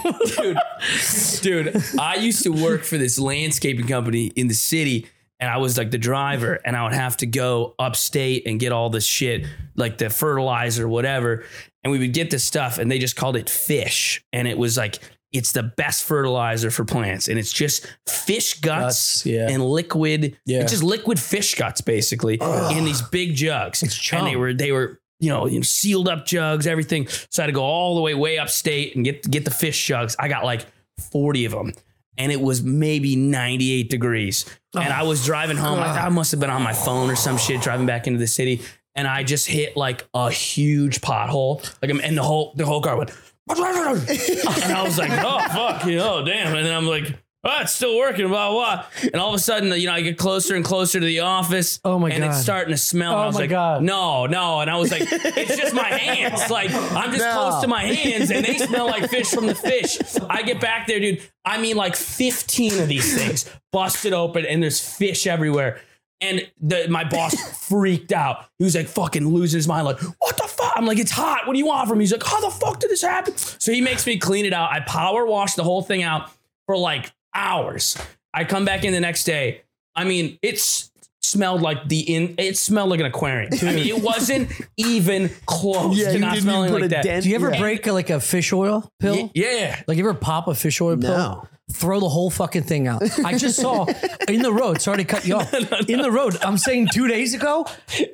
Speaker 5: Dude, I used to work for this landscaping company in the city, and I was like the driver, and I would have to go upstate and get all this shit, like the fertilizer, whatever. And we would get this stuff, and they just called it fish. And it was like, it's the best fertilizer for plants, and it's just fish guts,
Speaker 4: Guts, yeah.
Speaker 5: and liquid,
Speaker 4: Yeah.
Speaker 5: it's just liquid fish guts basically in these big jugs.
Speaker 4: It's chum.
Speaker 5: And they were they were you know, you know, sealed up jugs, everything. So I had to go all the way way upstate and get get the fish jugs. I got like 40 of them. And it was maybe 98 degrees. And I
Speaker 4: Oh,
Speaker 5: was driving home. I, thought I must have been on my phone or some shit driving back into the city. And I just hit like a huge pothole. Like I'm and the whole the whole car went and I was like, oh fuck, you know, damn. And then I'm like, oh, it's still working, blah, blah. And all of a sudden, you know, I get closer and closer to the office.
Speaker 4: Oh, my
Speaker 5: and
Speaker 4: God.
Speaker 5: it's starting to smell. and
Speaker 4: Oh,
Speaker 5: I was
Speaker 4: my
Speaker 5: like,
Speaker 4: God.
Speaker 5: no, no. And I was like, it's just my hands. Like, I'm just
Speaker 1: No.
Speaker 5: close to my hands and they smell like fish from the fish. I get back there, dude. I mean, like 15 of these things busted open and there's fish everywhere. And the, my boss freaked out. He was like, fucking losing his mind. Like, what the fuck? I'm like, it's hot. What do you want from me? He's like, how the fuck did this happen? So he makes me clean it out. I power wash the whole thing out for like hours. I come back in the next day. I mean, it's smelled like the in it smelled like an aquarium. I mean, it wasn't even close
Speaker 1: yeah,
Speaker 5: to
Speaker 1: you
Speaker 5: not
Speaker 1: didn't
Speaker 5: smelling
Speaker 1: even put
Speaker 5: like
Speaker 1: a
Speaker 5: that.
Speaker 1: dent.
Speaker 4: Do you ever
Speaker 1: yeah.
Speaker 4: break uh, like a fish oil pill?
Speaker 5: Y- yeah.
Speaker 4: Like, you ever pop a fish oil pill?
Speaker 1: No.
Speaker 4: Throw the whole fucking thing out. I just saw in the road. Sorry to cut you off. In the road, I'm saying two days ago.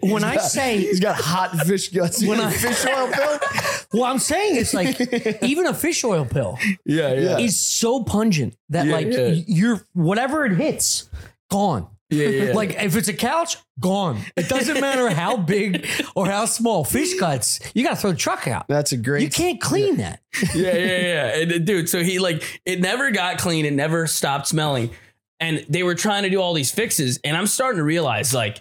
Speaker 4: When I say,
Speaker 1: He's got hot fish guts. When
Speaker 4: I-
Speaker 1: fish oil pill.
Speaker 4: well, I'm saying it's like even a fish oil pill
Speaker 5: Yeah,
Speaker 1: yeah.
Speaker 4: is so pungent that like
Speaker 5: yeah.
Speaker 4: y- you're whatever it hits, gone.
Speaker 5: Yeah, yeah.
Speaker 4: Like if it's a couch, gone. It doesn't matter how big or how small. Fish guts, you gotta throw the truck out.
Speaker 1: That's a great.
Speaker 4: You can't clean that.
Speaker 5: yeah, yeah, yeah. And, uh, dude, so he like it never got clean, it never stopped smelling. And they were trying to do all these fixes, and I'm starting to realize like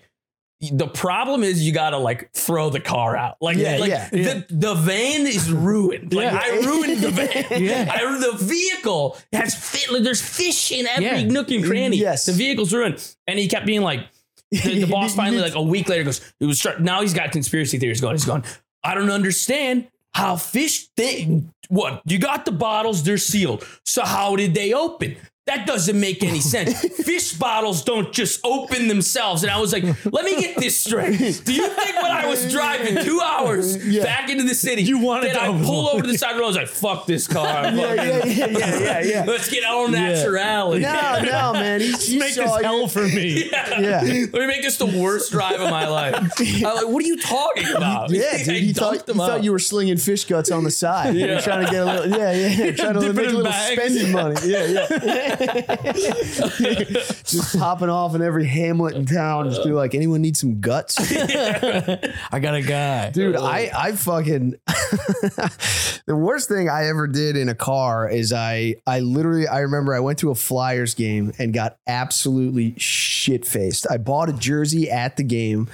Speaker 5: the problem is you gotta like throw the car out. Like,
Speaker 1: Yeah,
Speaker 5: like,
Speaker 1: yeah,
Speaker 5: the, the van is ruined. Like I ruined the van.
Speaker 4: Yeah.
Speaker 5: I, ru- the vehicle has fit like, there's fish in every
Speaker 4: Yeah.
Speaker 5: nook and cranny.
Speaker 1: Yes.
Speaker 5: The vehicle's ruined. And he kept being like, the, the boss finally, like a week later, goes, it was start, now he's got conspiracy theories going. He's going, I don't understand how fish thing what you got the bottles, they're sealed. So how did they open? That doesn't make any sense. Fish bottles don't just open themselves. And I was like, let me get this straight. Do you think when I was driving two hours back into the city, you
Speaker 4: wanted
Speaker 5: that
Speaker 4: to
Speaker 5: I
Speaker 4: open
Speaker 5: pull over to the side of the road? I was like, fuck this car.
Speaker 1: yeah, yeah, yeah, yeah, yeah, yeah.
Speaker 5: Let's get on naturality.
Speaker 1: No, no, man. He's, he's
Speaker 4: Make this hell for me.
Speaker 1: Yeah. Yeah.
Speaker 5: Let me make this the worst drive of my life. I'm like, what are you talking about? I
Speaker 1: dude, you thought,
Speaker 5: dunked him
Speaker 1: you thought
Speaker 5: out.
Speaker 1: you were slinging fish guts on the side. Yeah. You're trying to get a little, yeah, yeah, trying to
Speaker 5: Dip it
Speaker 1: make a
Speaker 5: in
Speaker 1: little
Speaker 5: bags.
Speaker 1: spending money. Yeah, yeah. just popping off in every hamlet in town. Just be like, anyone need some guts?
Speaker 4: I got a guy.
Speaker 1: dude i i fucking the worst thing i ever did in a car is i i literally i remember i went to a flyers game and got absolutely shit faced i bought a jersey at the game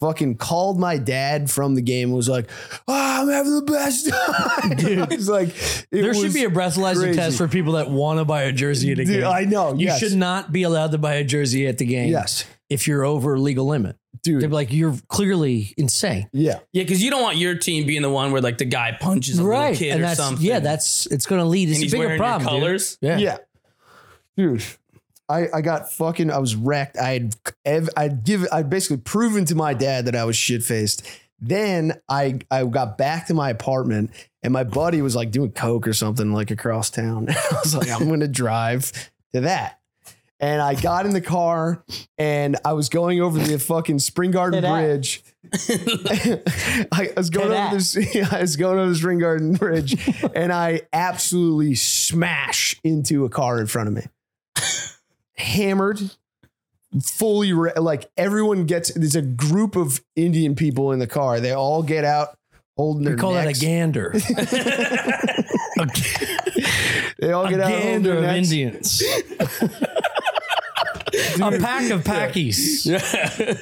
Speaker 1: Fucking called my dad from the game and was like, oh, I'm having the best time. Dude, it's like, it
Speaker 4: There should
Speaker 1: was-
Speaker 4: be a breathalyzer
Speaker 1: crazy.
Speaker 4: test for people that want to buy a jersey at a
Speaker 1: Dude,
Speaker 4: game.
Speaker 1: I know.
Speaker 4: you
Speaker 1: yes.
Speaker 4: should not be allowed to buy a jersey at the game.
Speaker 1: Yes.
Speaker 4: If you're over legal limit. They're
Speaker 1: Dude.
Speaker 4: like, you're clearly insane.
Speaker 1: Yeah.
Speaker 5: yeah, because you don't want your team being the one where like the guy punches a little kid
Speaker 4: And
Speaker 5: or
Speaker 4: that's
Speaker 5: something.
Speaker 4: yeah, that's it's gonna lead. It's
Speaker 5: and
Speaker 4: a
Speaker 5: he's
Speaker 4: bigger
Speaker 5: wearing
Speaker 4: problem.
Speaker 5: your
Speaker 4: dude.
Speaker 5: colors.
Speaker 4: Yeah.
Speaker 1: Yeah. Dude, I, I got fucking, I was wrecked. I had, ev- I'd give, I'd basically proven to my dad that I was shit faced. Then I, I got back to my apartment and my buddy was like doing coke or something like across town. I was like, I'm going to drive to that. And I got in the car and I was going over the fucking Spring Garden
Speaker 4: To that.
Speaker 1: Bridge. I was going
Speaker 4: To
Speaker 1: over
Speaker 4: that.
Speaker 1: this. I was going over the Spring Garden Bridge, and I absolutely smash into a car in front of me. Hammered, fully re- like everyone gets. There's a group of Indian people in the car. They all get out holding their
Speaker 4: We call
Speaker 1: necks.
Speaker 4: that a gander. a g-
Speaker 1: They all
Speaker 4: a
Speaker 1: get out holding
Speaker 4: gander
Speaker 1: their
Speaker 4: of
Speaker 1: necks.
Speaker 4: Indians. a pack of packies.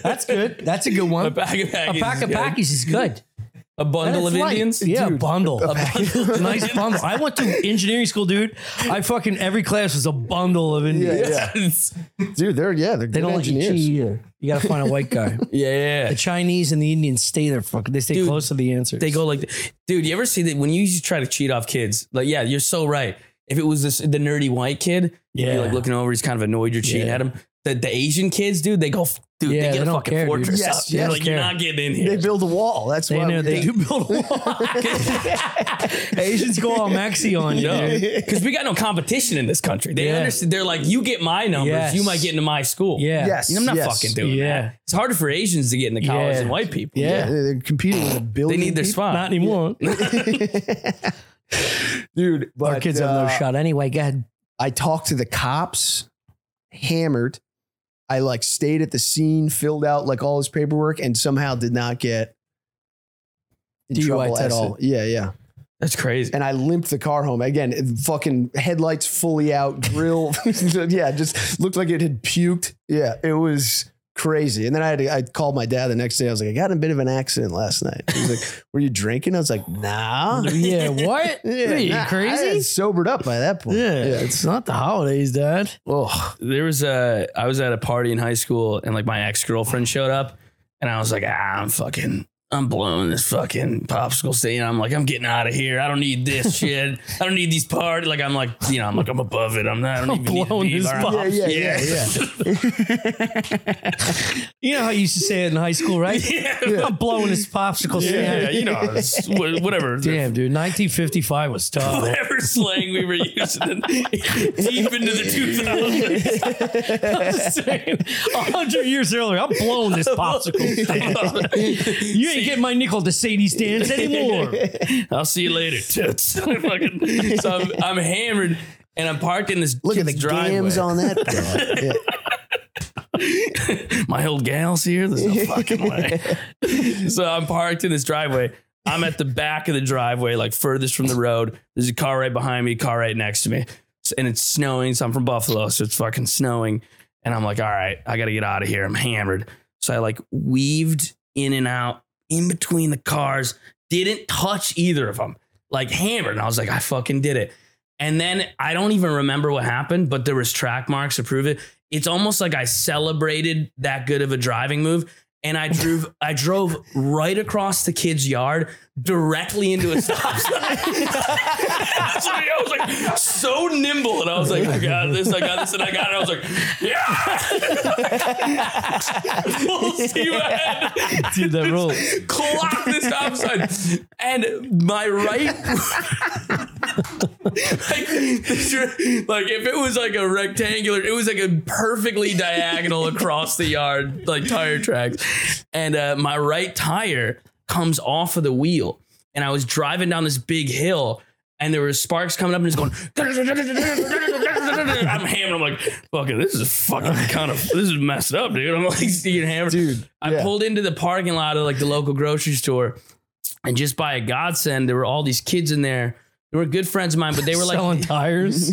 Speaker 4: That's good. That's a good one.
Speaker 5: A pack of
Speaker 4: A
Speaker 5: packies.
Speaker 4: pack
Speaker 5: is
Speaker 4: of
Speaker 5: good.
Speaker 4: packies is good.
Speaker 5: A bundle of
Speaker 4: It's light.
Speaker 5: Indians.
Speaker 4: Yeah,
Speaker 1: Dude,
Speaker 4: bundle. A bundle. nice bundle. I went to engineering school, dude. I fucking every class was a bundle of Indians.
Speaker 1: Yeah, yeah. dude, they're yeah, they're
Speaker 4: They
Speaker 1: good
Speaker 4: don't let you
Speaker 1: engineers.
Speaker 4: cheat either. You gotta find a white guy.
Speaker 5: yeah.
Speaker 4: the Chinese and the Indians stay there. Fucking, they stay
Speaker 5: Dude,
Speaker 4: close to the answers.
Speaker 5: They go like, dude. You ever see that when you used to try to cheat off kids? Like, yeah, you're so right. If it was this the nerdy white kid,
Speaker 4: Yeah.
Speaker 5: you're like looking over, he's kind of annoyed you're cheating
Speaker 4: Yeah.
Speaker 5: at him. The, the Asian kids, dude, they go, f- dude,
Speaker 4: Yeah,
Speaker 5: they
Speaker 4: they
Speaker 5: get a
Speaker 4: don't
Speaker 5: fucking
Speaker 4: care, dude.
Speaker 5: fortress
Speaker 1: Yes,
Speaker 5: up. They're
Speaker 1: yes.
Speaker 5: like, you're not getting in
Speaker 1: They
Speaker 5: here.
Speaker 1: build a wall. That's
Speaker 4: They
Speaker 1: why
Speaker 4: know they
Speaker 1: they-
Speaker 4: do build a wall. Asians go all maxi on you. dude.
Speaker 5: Because we got no competition in this country. They
Speaker 4: Yeah.
Speaker 5: understand. They're like, you get my numbers,
Speaker 4: Yes.
Speaker 5: you might get into my school.
Speaker 4: Yeah.
Speaker 1: Yes,
Speaker 5: I'm not
Speaker 1: yes.
Speaker 5: fucking doing
Speaker 4: Yeah.
Speaker 5: that. It's harder for Asians to get into college
Speaker 4: Yeah.
Speaker 5: than white people.
Speaker 4: Yeah.
Speaker 1: Yeah, they're competing with a
Speaker 5: They
Speaker 1: billion.
Speaker 5: need their
Speaker 1: people.
Speaker 5: spot.
Speaker 4: Not anymore.
Speaker 1: dude. But,
Speaker 4: Our kids have no
Speaker 1: uh,
Speaker 4: shot anyway. Go ahead.
Speaker 1: I talked to the cops, hammered. I like stayed at the scene, filled out like all his paperwork, and somehow did not get in
Speaker 4: DUI
Speaker 1: trouble at
Speaker 4: tested.
Speaker 1: all. Yeah, yeah.
Speaker 4: e-
Speaker 5: That's crazy.
Speaker 1: And I limped the car home again. it- Fucking headlights fully out, grill. yeah, just looked like it had puked. Yeah, it was crazy. And then I had to, I called my dad the next day. I was like, I got in a bit of an accident last night. He was like, Were you drinking? I was like, Nah.
Speaker 4: Yeah. What?
Speaker 1: Yeah,
Speaker 4: What are you
Speaker 1: nah, I
Speaker 4: crazy?
Speaker 1: had sobered up by that point.
Speaker 4: Yeah, it's not the holidays, Dad.
Speaker 1: Oh,
Speaker 5: There was a. I was at a party in high school, and like my ex girlfriend showed up, and I was like, ah, I'm fucking. I'm blowing this fucking popsicle stand. I'm like, I'm getting out of here. I don't need this shit. I don't need these parties. Like, I'm like, you know, I'm like, I'm above it. I'm not. I don't
Speaker 4: I'm
Speaker 5: even need to
Speaker 4: blowing
Speaker 5: be
Speaker 4: this
Speaker 5: around.
Speaker 1: yeah, yeah, yeah, yeah.
Speaker 4: You know how you used to say it in high school, right? I'm blowing this popsicle
Speaker 5: Yeah,
Speaker 4: stand.
Speaker 5: you know, it's wha- whatever.
Speaker 4: Damn, dude, 1955 was tough. man.
Speaker 5: Whatever slang we were using in- deep into the 2000s.
Speaker 4: I'm just saying, A hundred years earlier, I'm blowing this popsicle stand. You ain't getting my nickel to say these stands anymore.
Speaker 5: I'll see you later, toots. I fucking- so I'm, I'm hammered and I'm parked in this
Speaker 1: Look at the
Speaker 5: kid's driveway.
Speaker 1: gams on that. bro. Yeah.
Speaker 5: My old gal's here. There's no fucking way. so I'm parked in this driveway. I'm at the back of the driveway, like furthest from the road. There's a car right behind me, car right next to me. So- And it's snowing. So I'm from Buffalo. So it's fucking snowing. And I'm like, all right, I got to get out of here. I'm hammered. So I like weaved in and out in between the cars, didn't touch either of them, like hammered. And I was like, I fucking did it. And then I don't even remember what happened, but there was track marks to prove it. It's almost like I celebrated that good of a driving move. And I drove, I drove right across the kid's yard, directly into a stop sign. So I was like so nimble, and I was like, I got this, I got this, and I got it. I was like, yeah, full steam ahead
Speaker 4: Dude, that rule.
Speaker 5: clock the stop sign. And my right, like, the dr- like if it was like a rectangular, it was like a perfectly diagonal across the yard, like tire tracks. And uh, my right tire comes off of the wheel. And I was driving down this big hill. And there were sparks coming up and it's going. I'm hammered. I'm like, fucking, this is fucking kind of, this is messed up, dude. I'm like, seeing hammered.
Speaker 1: Dude,
Speaker 5: I
Speaker 1: yeah.
Speaker 5: pulled into the parking lot of like the local grocery store, and just by a godsend, there were all these kids in there. They were good friends of mine, but they were
Speaker 4: Selling
Speaker 5: like
Speaker 4: tires.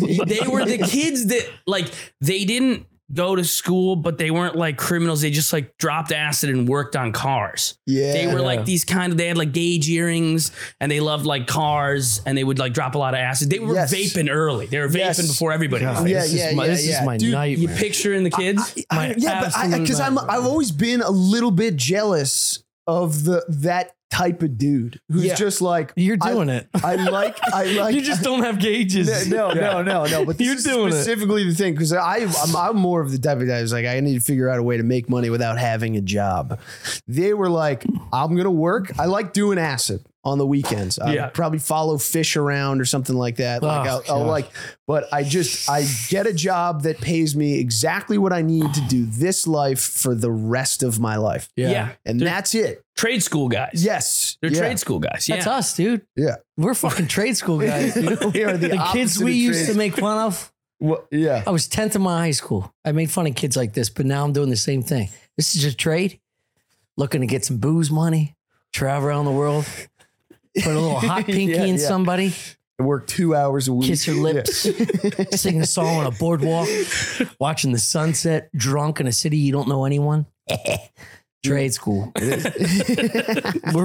Speaker 5: they were the kids that like they didn't go to school, but they weren't like criminals. They just like dropped acid and worked on cars.
Speaker 1: yeah.
Speaker 5: They were
Speaker 4: Yeah.
Speaker 5: like these kind of they had like gauge earrings and they loved like cars and they would like drop a lot of acid. They were
Speaker 1: Yes.
Speaker 5: vaping early. They were vaping
Speaker 1: Yes.
Speaker 5: before everybody. was
Speaker 4: God,
Speaker 5: vaping.
Speaker 1: Yeah,
Speaker 4: Ah, this
Speaker 1: yeah,
Speaker 4: is my,
Speaker 1: yeah,
Speaker 4: this
Speaker 1: yeah.
Speaker 4: is my
Speaker 1: Dude,
Speaker 5: You
Speaker 4: nightmare.
Speaker 5: picturing the kids?
Speaker 1: I-
Speaker 4: My
Speaker 1: yeah, but I
Speaker 4: absolute
Speaker 1: because I'm
Speaker 4: nightmare.
Speaker 1: I've always been a little bit jealous of the that type of dude who's
Speaker 5: Yeah.
Speaker 1: just like
Speaker 4: You're doing it.
Speaker 1: I like I like
Speaker 4: you just don't have gauges.
Speaker 1: no no no no but this
Speaker 4: You're
Speaker 1: is
Speaker 4: doing it.
Speaker 1: specifically the thing because I I'm, I'm more of the type of guy who's like I need to figure out a way to make money without having a job. They were like I'm gonna work. I like doing acid on the weekends. I
Speaker 5: Yeah.
Speaker 1: probably follow fish around or something like that. Like
Speaker 4: Oh,
Speaker 1: I'll, I'll
Speaker 4: God.
Speaker 1: like but I just I get a job that pays me exactly what I need to do this life for the rest of my life.
Speaker 5: Yeah.
Speaker 1: And that's it.
Speaker 5: Trade school guys.
Speaker 1: Yes.
Speaker 5: They're
Speaker 1: Yeah.
Speaker 5: trade school guys. Yeah.
Speaker 4: That's us, dude.
Speaker 1: Yeah.
Speaker 4: We're fucking trade school guys, dude.
Speaker 1: We are the
Speaker 4: the
Speaker 1: opposite
Speaker 4: kids
Speaker 1: of
Speaker 4: we used
Speaker 1: trade
Speaker 4: to make fun of.
Speaker 1: What, yeah.
Speaker 4: I was 10th in my high school. I made fun of kids like this, but now I'm doing the same thing. This is a trade. Looking to get some booze money, travel around the world, put a little hot pinky
Speaker 1: Yeah,
Speaker 4: in
Speaker 1: yeah.
Speaker 4: somebody,
Speaker 1: I work two hours a week.
Speaker 4: kiss her lips, sing a song on a boardwalk, watching the sunset, drunk in a city you don't know anyone. trade school. We're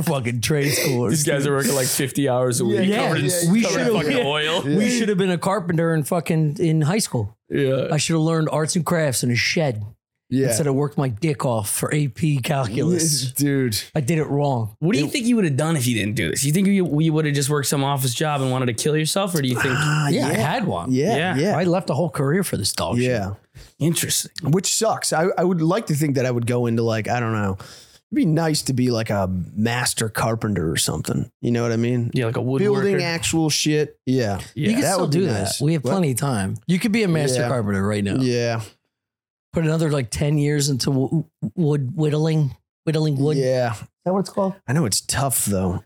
Speaker 4: fucking trade schoolers.
Speaker 5: These guys are working like 50 hours a week.
Speaker 1: Yeah.
Speaker 4: yeah,
Speaker 5: covered in
Speaker 4: we
Speaker 5: covered in
Speaker 4: should have
Speaker 5: fucking oil.
Speaker 4: we should have been a carpenter in fucking in high school.
Speaker 5: Yeah.
Speaker 4: I should have learned arts and crafts in a shed.
Speaker 1: Yeah.
Speaker 4: instead of worked my dick off for AP calculus.
Speaker 1: Dude.
Speaker 4: I did it wrong.
Speaker 5: What do you think you would have done if you didn't do this? You think you, you would have just worked some office job and wanted to kill yourself, or do you think
Speaker 4: yeah, I had one.
Speaker 1: Ah, Yeah.
Speaker 5: Yeah.
Speaker 1: Yeah.
Speaker 4: I left a whole career for this dog shit.
Speaker 1: Yeah.
Speaker 5: interesting?
Speaker 1: Which sucks. I, I would like to think that I would go into like, I don't know. It'd be nice to be like a master carpenter or something. You know what I mean?
Speaker 5: Yeah, like a woodworker.
Speaker 1: Building actual shit. Yeah.
Speaker 5: Yeah.
Speaker 4: You can
Speaker 1: That
Speaker 4: still
Speaker 1: would be
Speaker 4: do
Speaker 1: nice.
Speaker 4: this. We have
Speaker 1: What?
Speaker 4: plenty of time. You could be a master
Speaker 1: Yeah.
Speaker 4: carpenter right now.
Speaker 1: Yeah.
Speaker 4: Put another like 10 years into w- wood whittling, whittling wood.
Speaker 1: Yeah.
Speaker 4: that what it's called?
Speaker 1: I know it's tough though.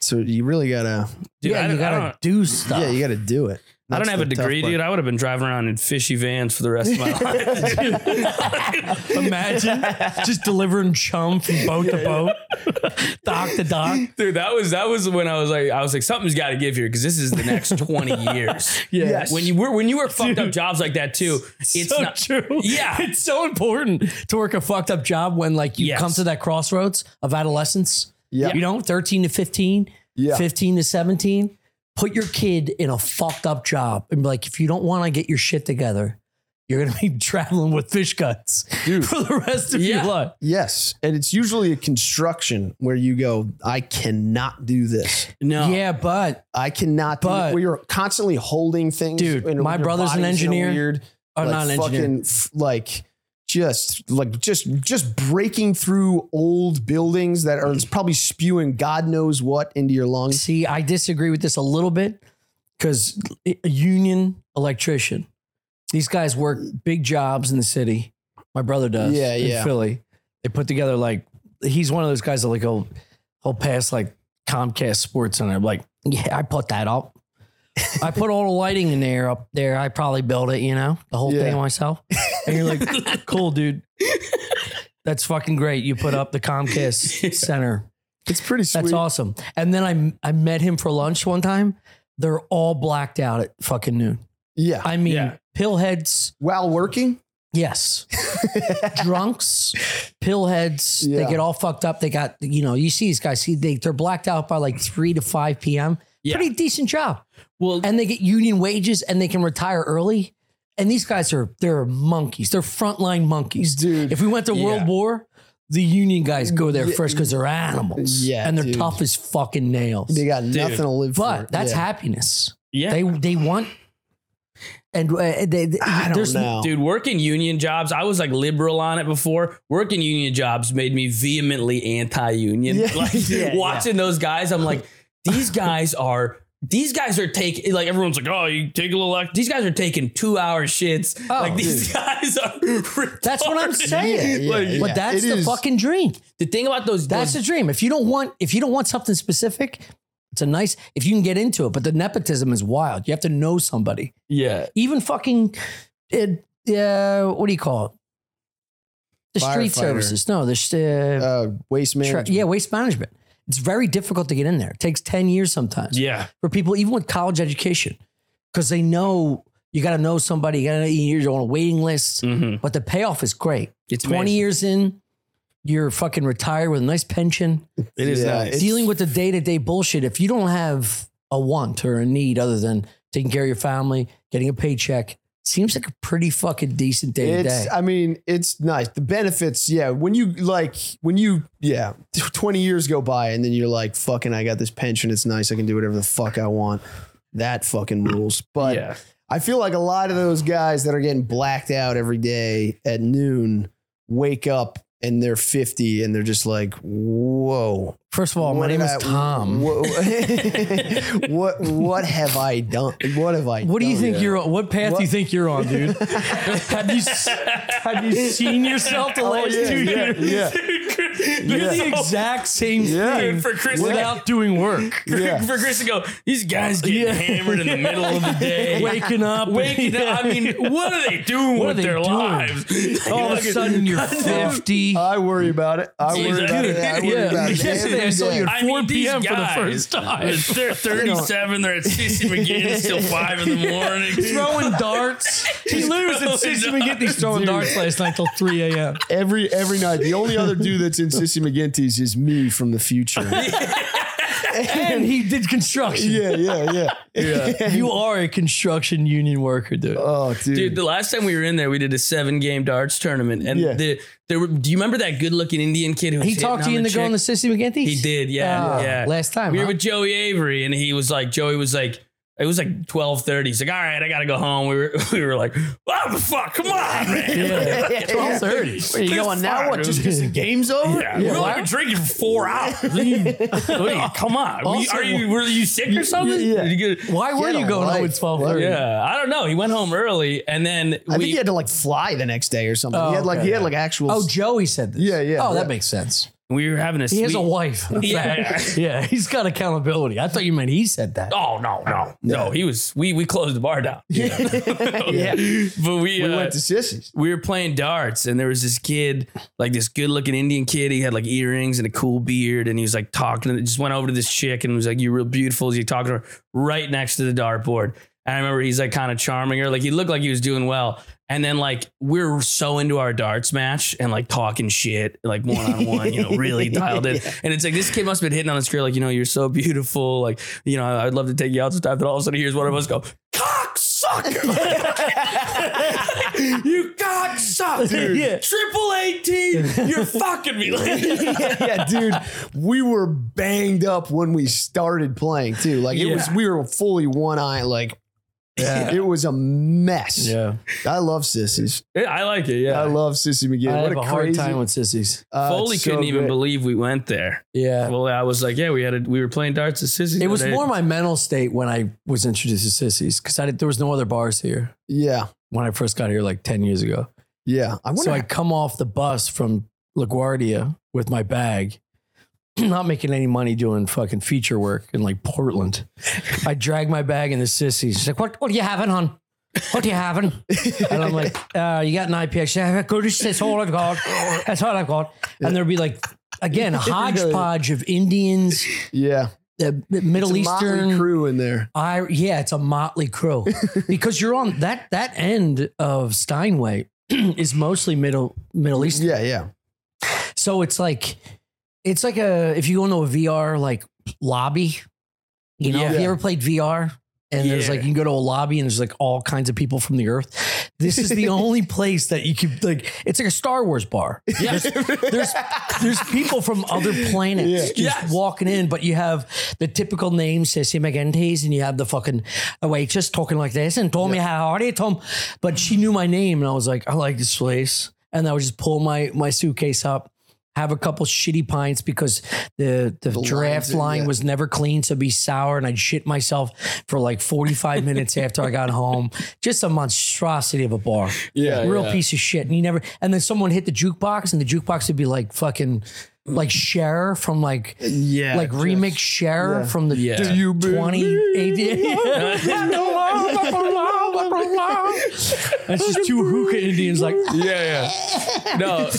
Speaker 1: So you really gotta,
Speaker 5: Dude,
Speaker 4: yeah,
Speaker 5: I,
Speaker 4: you
Speaker 5: don't- I
Speaker 4: gotta
Speaker 5: don't,
Speaker 4: do stuff.
Speaker 1: yeah, you gotta do it.
Speaker 5: I don't
Speaker 1: That's
Speaker 5: have a
Speaker 1: the tough
Speaker 5: degree,
Speaker 1: part.
Speaker 5: dude. I would have been driving around in fishy vans for the rest of my life.
Speaker 4: Imagine just delivering chum from boat to boat, dock to dock.
Speaker 5: Dude, that was that was when I was like, I was like, something's got to give here because this is the next twenty years.
Speaker 1: Yes.
Speaker 5: When you were when you were fucked up jobs like that too, it's
Speaker 4: so
Speaker 5: not.
Speaker 4: true.
Speaker 5: Yeah.
Speaker 4: It's so important to work a fucked up job when like you
Speaker 5: Yes.
Speaker 4: come to that crossroads of adolescence.
Speaker 1: Yeah.
Speaker 4: You know, 13 to 15,
Speaker 1: Yeah.
Speaker 4: 15 to 17. Put your kid in a fucked up job and be like, if you don't want to get your shit together, you're gonna be traveling with fish guts for the rest of
Speaker 5: Yeah.
Speaker 4: your life.
Speaker 1: Yes. And it's usually a construction where you go, I cannot do this.
Speaker 5: No.
Speaker 4: Yeah, but
Speaker 1: I cannot do
Speaker 4: But-
Speaker 1: where you're constantly holding things.
Speaker 4: Dude,
Speaker 1: and
Speaker 4: my
Speaker 1: your
Speaker 4: brother's an
Speaker 1: body's in a
Speaker 4: engineer.
Speaker 1: Weird,
Speaker 4: I'm
Speaker 1: like,
Speaker 4: not an engineer.
Speaker 1: fucking, f- like just like just just breaking through old buildings that are probably spewing God knows what into your lungs.
Speaker 4: See, I disagree with this a little bit because a union electrician, these guys work big jobs in the city. My brother does.
Speaker 1: Yeah,
Speaker 4: in
Speaker 1: yeah.
Speaker 4: Philly, they put together like he's one of those guys that like he'll he'll pass like Comcast Sports and I'm like, yeah, I put that up. I put all the lighting in there up there. I probably built it, you know, the whole
Speaker 1: Yeah.
Speaker 4: thing myself. And you're like, cool, dude. That's fucking great. You put up the Comcast Center.
Speaker 1: It's pretty sweet.
Speaker 4: That's awesome. And then I I met him for lunch one time. They're all blacked out at fucking noon.
Speaker 1: Yeah.
Speaker 4: I mean,
Speaker 5: Yeah.
Speaker 4: pillheads,
Speaker 1: While working,
Speaker 4: yes, drunks, pillheads.
Speaker 1: Yeah.
Speaker 4: They get all fucked up. They got you know you see these guys. See they they're blacked out by like three to five p.m.
Speaker 5: Yeah.
Speaker 4: Pretty decent job,
Speaker 5: Well,
Speaker 4: and they get union wages and they can retire early. And these guys are they're monkeys. They're frontline monkeys.
Speaker 1: dude.
Speaker 4: If we went to World
Speaker 5: Yeah.
Speaker 4: War, the Union guys go there first because they're animals.
Speaker 1: Yeah,
Speaker 4: And they're
Speaker 1: dude.
Speaker 4: tough as fucking nails.
Speaker 1: They got nothing to live for.
Speaker 4: but that's
Speaker 1: yeah.
Speaker 4: happiness.
Speaker 5: yeah.
Speaker 4: They they want and uh, they, they
Speaker 1: I don't
Speaker 4: there's-
Speaker 1: know.
Speaker 5: Dude, working union jobs, I was like liberal on it before. Working union jobs made me vehemently anti-union.
Speaker 1: Yeah.
Speaker 5: Like
Speaker 1: Yeah,
Speaker 5: watching those guys, I'm like, these guys are these guys are taking like everyone's like, oh, you take a little. act-" These guys are taking two hour shits.
Speaker 4: Oh,
Speaker 5: like these guys are.
Speaker 4: That's what I'm
Speaker 5: retarded.
Speaker 4: saying.
Speaker 1: Yeah, yeah,
Speaker 4: But
Speaker 1: yeah.
Speaker 4: that's
Speaker 1: It
Speaker 4: the
Speaker 1: is-
Speaker 4: fucking dream.
Speaker 5: The thing about those
Speaker 4: That's the dream. If you don't want if you don't want something specific, it's a nice if you can get into it. But the nepotism is wild. You have to know somebody.
Speaker 5: yeah.
Speaker 4: Even fucking uh, uh, what do you call it? The street
Speaker 1: Firefighter.
Speaker 4: services. No, the sh- uh,
Speaker 1: uh, waste
Speaker 4: Tra-
Speaker 1: management.
Speaker 4: yeah, waste management. It's very difficult to get in there. It takes 10 years sometimes
Speaker 5: Yeah.
Speaker 4: for people, even with college education, because they know you got to know somebody, you got to you're on a waiting list,
Speaker 1: Mm.
Speaker 5: Mhm.
Speaker 4: but the payoff is great.
Speaker 5: It's
Speaker 4: 20
Speaker 5: amazing.
Speaker 4: years in, you're fucking retired with a nice pension,
Speaker 1: it
Speaker 5: is nice.
Speaker 1: it's-
Speaker 4: dealing with the day to day bullshit. If you don't have a want or a need other than taking care of your family, getting a paycheck, seems like a pretty fucking decent day to
Speaker 1: It's, uh,
Speaker 4: day.
Speaker 1: I mean, it's nice. The benefits, yeah. When you like, when you, yeah, 20 years go by and then you're like, fucking, I got this pension. It's nice. I can do whatever the fuck I want. That fucking rules. But
Speaker 5: yeah.
Speaker 1: I feel like a lot of those guys that are getting blacked out every day at noon wake up and they're 50 and they're just like, whoa,
Speaker 4: First of all, my
Speaker 1: What
Speaker 4: name
Speaker 1: did
Speaker 4: is
Speaker 1: I-
Speaker 4: Tom. What,
Speaker 1: What, what what have I done? What have I?
Speaker 4: do you
Speaker 1: done?
Speaker 4: think you're on? What path do you think you're on, dude? have you s- have you seen yourself the last
Speaker 1: Oh, yeah,
Speaker 4: two
Speaker 1: yeah,
Speaker 4: years? You're the exact same thing
Speaker 5: Dude, for Chris,
Speaker 4: without doing work.
Speaker 1: Yeah.
Speaker 5: for Chris to go, these guys getting
Speaker 4: Yeah.
Speaker 5: hammered in the middle of the day.
Speaker 4: Waking up,
Speaker 5: Waking up. I mean, what are they doing
Speaker 4: What are
Speaker 5: with
Speaker 4: they
Speaker 5: their
Speaker 4: doing?
Speaker 5: lives?
Speaker 4: all of a sudden you're fifty.
Speaker 1: I worry about it. I worry about it. I worry
Speaker 4: yeah.
Speaker 1: about it.
Speaker 4: Yesterday I
Speaker 1: every
Speaker 4: saw
Speaker 1: day.
Speaker 4: you at
Speaker 5: I
Speaker 4: 4
Speaker 5: mean, these
Speaker 4: p.m. for the
Speaker 5: guys,
Speaker 4: first time.
Speaker 5: They're 37, they're at Sissy McGinnis till 5 in the morning.
Speaker 4: throwing darts. He loses at six and we get these throwing darts last night till three a.m.
Speaker 1: every every night. The only other dude that's in Sissy McGinty's is me from the future.
Speaker 4: And he did construction.
Speaker 1: yeah, yeah, yeah.
Speaker 4: You are a construction union worker, dude.
Speaker 1: Oh, dude.
Speaker 5: Dude, the last time we were in there, we did a seven game darts tournament. And
Speaker 1: Yeah.
Speaker 5: the, there were, do you remember that good looking Indian kid who was
Speaker 4: he
Speaker 5: hitting
Speaker 4: talked to
Speaker 5: on
Speaker 4: you in the girl
Speaker 5: chick?
Speaker 4: in the sissy McGinty.
Speaker 5: He did, yeah,
Speaker 4: Ah,
Speaker 5: yeah.
Speaker 4: Last time.
Speaker 5: we were
Speaker 4: huh?
Speaker 5: with Joey Avery, and he was like, Joey was like, it was like twelve thirty. He's like, all right, I gotta go home. We were we were like, what the fuck? Come on, man.
Speaker 4: yeah. 1230.
Speaker 1: Where you going now? What? Just because the game's over?
Speaker 5: Yeah, we were drinking for four hours. Wait, come on, Were you-
Speaker 4: Also-
Speaker 5: are you were you sick or something?
Speaker 1: Yeah.
Speaker 5: Did you get-
Speaker 4: Why were
Speaker 1: Get
Speaker 4: you
Speaker 1: a
Speaker 4: going home
Speaker 1: life,
Speaker 4: at 1230?
Speaker 1: bro.
Speaker 5: yeah, I don't know. He went home early, and then
Speaker 1: I think
Speaker 5: we
Speaker 1: he had to like fly the next day or something.
Speaker 4: Oh,
Speaker 1: he had like
Speaker 4: okay,
Speaker 1: he had like actual.
Speaker 4: Oh, Joey said this.
Speaker 1: Yeah, yeah,
Speaker 4: Oh,
Speaker 1: yeah.
Speaker 4: that makes sense.
Speaker 5: we were having a
Speaker 4: He
Speaker 5: sweet,
Speaker 4: has a wife.
Speaker 5: Yeah.
Speaker 4: yeah, he's got accountability. I thought you meant he said that.
Speaker 5: Oh no, no, no! He was we we closed the bar down,
Speaker 1: yeah. We
Speaker 5: but we, uh,
Speaker 1: went to Sissy's.
Speaker 5: we were playing darts and there was this kid, like this good looking Indian kid. He had like earrings and a cool beard and he was like talking. to- Just went over to this chick and was like, You're real beautiful. As he talking to her right next to the dartboard. And I remember he's like kind of charming her. Like he looked like he was doing well. And then like we're so into our darts match and like talking shit, like one on one, you know, really dialed in. And it's like this kid must have been hitting on this girl, like, you know, you're so beautiful. Like, you know, I'd love to take you out sometime. Then all of a sudden hears one of us go, cocksucker. you cocksucker.
Speaker 4: Yeah.
Speaker 5: Triple 18, you're fucking me. Like,
Speaker 1: yeah, dude, we were banged up when we started playing too. Like it was, we were fully one eye. Like it was a mess.
Speaker 4: Yeah.
Speaker 1: I love sissies.
Speaker 5: I like it, yeah.
Speaker 1: I love sissy McGinn.
Speaker 4: I
Speaker 1: what
Speaker 4: have
Speaker 1: a,
Speaker 4: a hard
Speaker 1: crazy,
Speaker 4: time with sissies.
Speaker 1: uh,
Speaker 5: Foley
Speaker 1: it's so
Speaker 5: couldn't even
Speaker 1: good.
Speaker 5: believe we went there.
Speaker 4: Yeah.
Speaker 5: Well, I was like, yeah, we had a, we were playing darts at Sissy's.
Speaker 4: It was
Speaker 5: today.
Speaker 4: more my mental state when I was introduced to sissies because I did, there was no other bars here
Speaker 1: Yeah,
Speaker 4: when I first got here like ten years ago.
Speaker 1: yeah. I wonder.
Speaker 4: so I come off the bus from LaGuardia with my bag, not making any money doing fucking feature work in like Portland. I drag my bag in the sissy. She's like, "What? What are you having, hon? What are you having?" And I'm like, uh, "You got an IPA?" She's like, "Good. That's all I've got. That's all I've got." And there'd be like, again, a hodgepodge of Indians,
Speaker 1: yeah,
Speaker 4: uh, Middle
Speaker 1: It's a motley
Speaker 4: Eastern
Speaker 1: crew in there.
Speaker 4: I yeah, it's a motley crew because you're on that that end of Steinway is mostly middle Middle East.
Speaker 1: Yeah, yeah,
Speaker 4: So it's like it's like a if you go into a VR like lobby, you know, have
Speaker 1: Yeah.
Speaker 4: you ever played VR? And there's
Speaker 5: Yeah.
Speaker 4: like you can go to a lobby and there's like all kinds of people from the earth. This is the only place that you could like it's like a Star Wars bar. There's, there's there's people from other planets
Speaker 1: Yeah.
Speaker 4: just walking in, but you have the typical names, Sissy McGinty's, and you have the fucking a waitress talking like this and told me how are you, Tom? But she knew my name and I was like, I like this place. And I would just pull my my suitcase up, have a couple shitty pints because the the, draft
Speaker 1: lines are-
Speaker 4: line
Speaker 1: yeah.
Speaker 4: was never clean, so it'd be sour, and I'd shit myself for like 45 minutes after I got home. Just a monstrosity of a bar.
Speaker 1: yeah.
Speaker 4: Real piece of shit. And you never and then someone hit the jukebox and the jukebox would be like fucking like Cher from like
Speaker 1: Yeah,
Speaker 4: like remix Cher from the
Speaker 5: Yeah. Do
Speaker 1: you believe
Speaker 4: 20 That's just two hookah Indians like
Speaker 5: Yeah, yeah. No,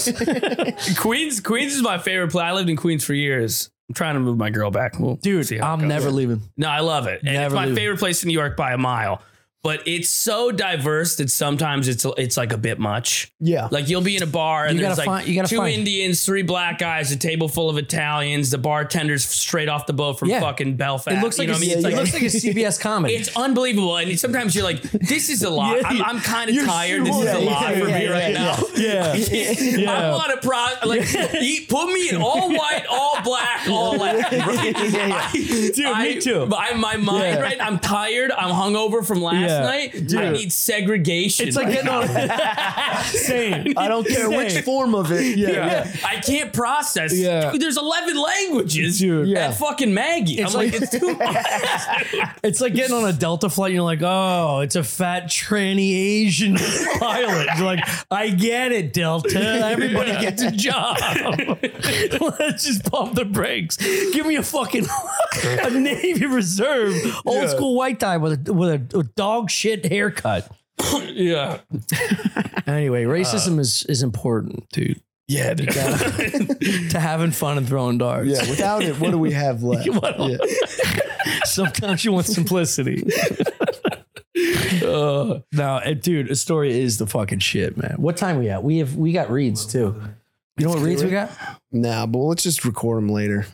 Speaker 5: Queens. Queens is my favorite place. I lived in Queens for years. I'm trying to move my girl back. Well,
Speaker 4: dude
Speaker 5: see how it
Speaker 4: I'm
Speaker 5: goes.
Speaker 4: never leaving
Speaker 5: No, I love it. And it's
Speaker 4: Never
Speaker 5: my
Speaker 4: leave.
Speaker 5: favorite place in New York by a mile. But it's so diverse that sometimes it's it's like a bit much.
Speaker 1: yeah.
Speaker 5: Like you'll be in a bar and
Speaker 4: You gotta
Speaker 5: there's like
Speaker 4: find- you gotta
Speaker 5: two
Speaker 4: find-
Speaker 5: Indians, three black guys, a table full of Italians, the bartenders straight off the boat from
Speaker 4: Yeah.
Speaker 5: fucking Belfast.
Speaker 4: it looks like
Speaker 5: you know
Speaker 4: a,
Speaker 5: what I mean?
Speaker 4: it
Speaker 5: It's like-
Speaker 4: looks like a CBS comedy
Speaker 5: it's unbelievable. And sometimes you're like, this is a lot. I'm, I'm kind of tired. This is
Speaker 1: Yeah,
Speaker 5: a lot
Speaker 1: yeah,
Speaker 5: for me
Speaker 1: yeah,
Speaker 5: right
Speaker 1: yeah,
Speaker 5: now.
Speaker 4: yeah
Speaker 5: I want to pro like eat, put me in all white, all black, all Latin. Right?
Speaker 4: Dude, me
Speaker 5: I,
Speaker 4: too.
Speaker 5: I, my mind, right? I'm tired. I'm hungover from last
Speaker 4: Yeah,
Speaker 5: night. I
Speaker 4: dude.
Speaker 5: need segregation.
Speaker 4: It's like
Speaker 5: right
Speaker 4: getting on.
Speaker 5: now.
Speaker 4: Same.
Speaker 1: I don't care which
Speaker 4: Same.
Speaker 1: form of it. Yeah.
Speaker 4: Yeah.
Speaker 5: I can't process.
Speaker 4: Yeah.
Speaker 5: Dude, there's 11 languages
Speaker 4: Dude.
Speaker 5: yeah.
Speaker 1: Yeah.
Speaker 5: at fucking Maggie. I'm like,
Speaker 4: like-
Speaker 5: it's too much.
Speaker 4: It's like getting on a Delta flight. And you're like, oh, it's a fat tranny Asian pilot. You're like, I get it, Delta. Everybody gets a job. Let's just pump the brakes. Give me a fucking a Navy Reserve old school white guy with a with a, a dog shit haircut.
Speaker 5: yeah. Uh,
Speaker 4: Anyway, racism is is important, dude.
Speaker 5: Yeah, dude.
Speaker 4: To having fun and throwing darts.
Speaker 1: Yeah, Without it, what do we have left?
Speaker 4: What-
Speaker 1: Yeah.
Speaker 4: Sometimes you want simplicity. uh, no, eh, dude, Astoria is the fucking shit, man. What time we at? We have we got reads too. You know what reads we got?
Speaker 1: Nah, but let's just record them later.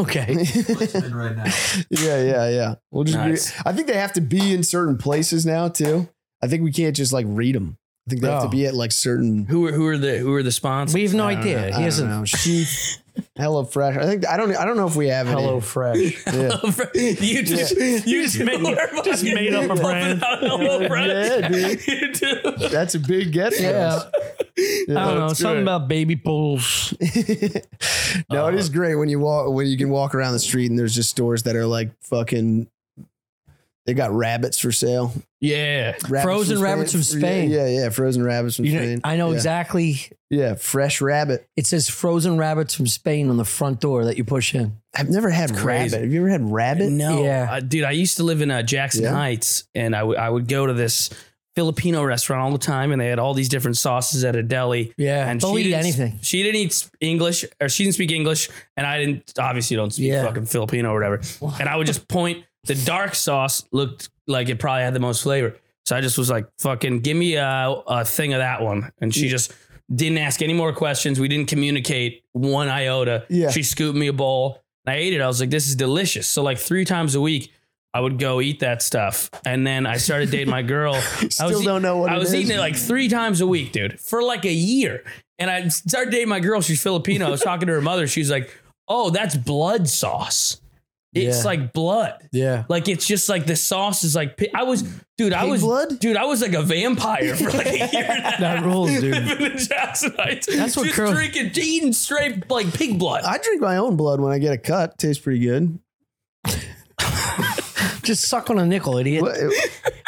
Speaker 4: Okay.
Speaker 6: right now.
Speaker 1: Yeah, yeah, yeah. We'll just.
Speaker 5: Nice.
Speaker 1: Be, I think they have to be in certain places now too. I think we can't just like read them. I think they have
Speaker 4: Oh.
Speaker 1: to be at like certain.
Speaker 5: Who are who are the who are the sponsors?
Speaker 4: We have no
Speaker 1: I don't know.
Speaker 4: idea.
Speaker 1: I
Speaker 4: He
Speaker 1: don't
Speaker 4: hasn't
Speaker 1: know. She. Hello Fresh. I think I don't. I don't know if we have.
Speaker 4: Hello Fresh.
Speaker 1: Any. Yeah.
Speaker 5: you just you just made just
Speaker 4: made up a brand.
Speaker 5: Hello,
Speaker 1: Yeah,
Speaker 5: brand.
Speaker 1: dude.
Speaker 5: You do.
Speaker 1: That's a big get. for us.
Speaker 4: I don't know.
Speaker 1: That's
Speaker 4: Something
Speaker 1: good.
Speaker 4: about baby bulls.
Speaker 1: no, it is
Speaker 4: Uh,
Speaker 1: great when you walk when you can walk around the street and there's just stores that are like fucking. They got rabbits for sale.
Speaker 4: Yeah.
Speaker 1: Rabbits
Speaker 4: Frozen
Speaker 1: from
Speaker 4: rabbits from Spain.
Speaker 1: Yeah, yeah, yeah, frozen rabbits from
Speaker 4: You know,
Speaker 1: Spain.
Speaker 4: I know
Speaker 1: yeah.
Speaker 4: exactly.
Speaker 1: Yeah, fresh rabbit.
Speaker 4: It says frozen rabbits from Spain on the front door that you push in.
Speaker 1: I've never had
Speaker 5: crazy.
Speaker 1: rabbit. Have you ever had rabbit?
Speaker 5: No,
Speaker 4: Yeah.
Speaker 5: Uh, dude, I used to live in uh, Jackson
Speaker 1: Yeah.
Speaker 5: Heights, and I would- I would go to this Filipino restaurant all the time, and they had all these different sauces at a deli.
Speaker 4: Yeah.
Speaker 5: And
Speaker 4: They'll
Speaker 5: she
Speaker 4: eat
Speaker 5: didn't,
Speaker 4: anything.
Speaker 5: She didn't eat English, or she didn't speak English, and I didn't obviously don't speak
Speaker 4: Yeah.
Speaker 5: fucking Filipino or whatever. And I would just point. The dark sauce looked like it probably had the most flavor, so I just was like, "Fucking give me a, a thing of that one." And she just didn't ask any more questions. We didn't communicate one iota.
Speaker 1: Yeah.
Speaker 5: She scooped me a bowl. and I ate it. I was like, this is delicious. So like three times a week, I would go eat that stuff. And then I started dating my girl. I
Speaker 1: Still
Speaker 5: was,
Speaker 1: don't know what
Speaker 5: I
Speaker 1: it
Speaker 5: was
Speaker 1: is.
Speaker 5: eating it like three times a week, dude, for like a year. And I started dating my girl. She's Filipino. I was talking to her mother. She's like, oh, that's blood sauce. It's
Speaker 4: Yeah.
Speaker 5: like blood.
Speaker 4: Yeah.
Speaker 5: Like it's just like the sauce is like pi- I was dude I
Speaker 1: Pig
Speaker 5: was
Speaker 1: blood?
Speaker 5: dude I was like a vampire for like a year. and a
Speaker 4: That rules, dude.
Speaker 5: living in Jackson Heights.
Speaker 4: That's what
Speaker 5: just
Speaker 4: curl-
Speaker 5: drinking, eating straight like pig blood.
Speaker 1: I drink my own blood when I get a cut. Tastes pretty good.
Speaker 4: Just suck on a nickel, idiot.
Speaker 1: What-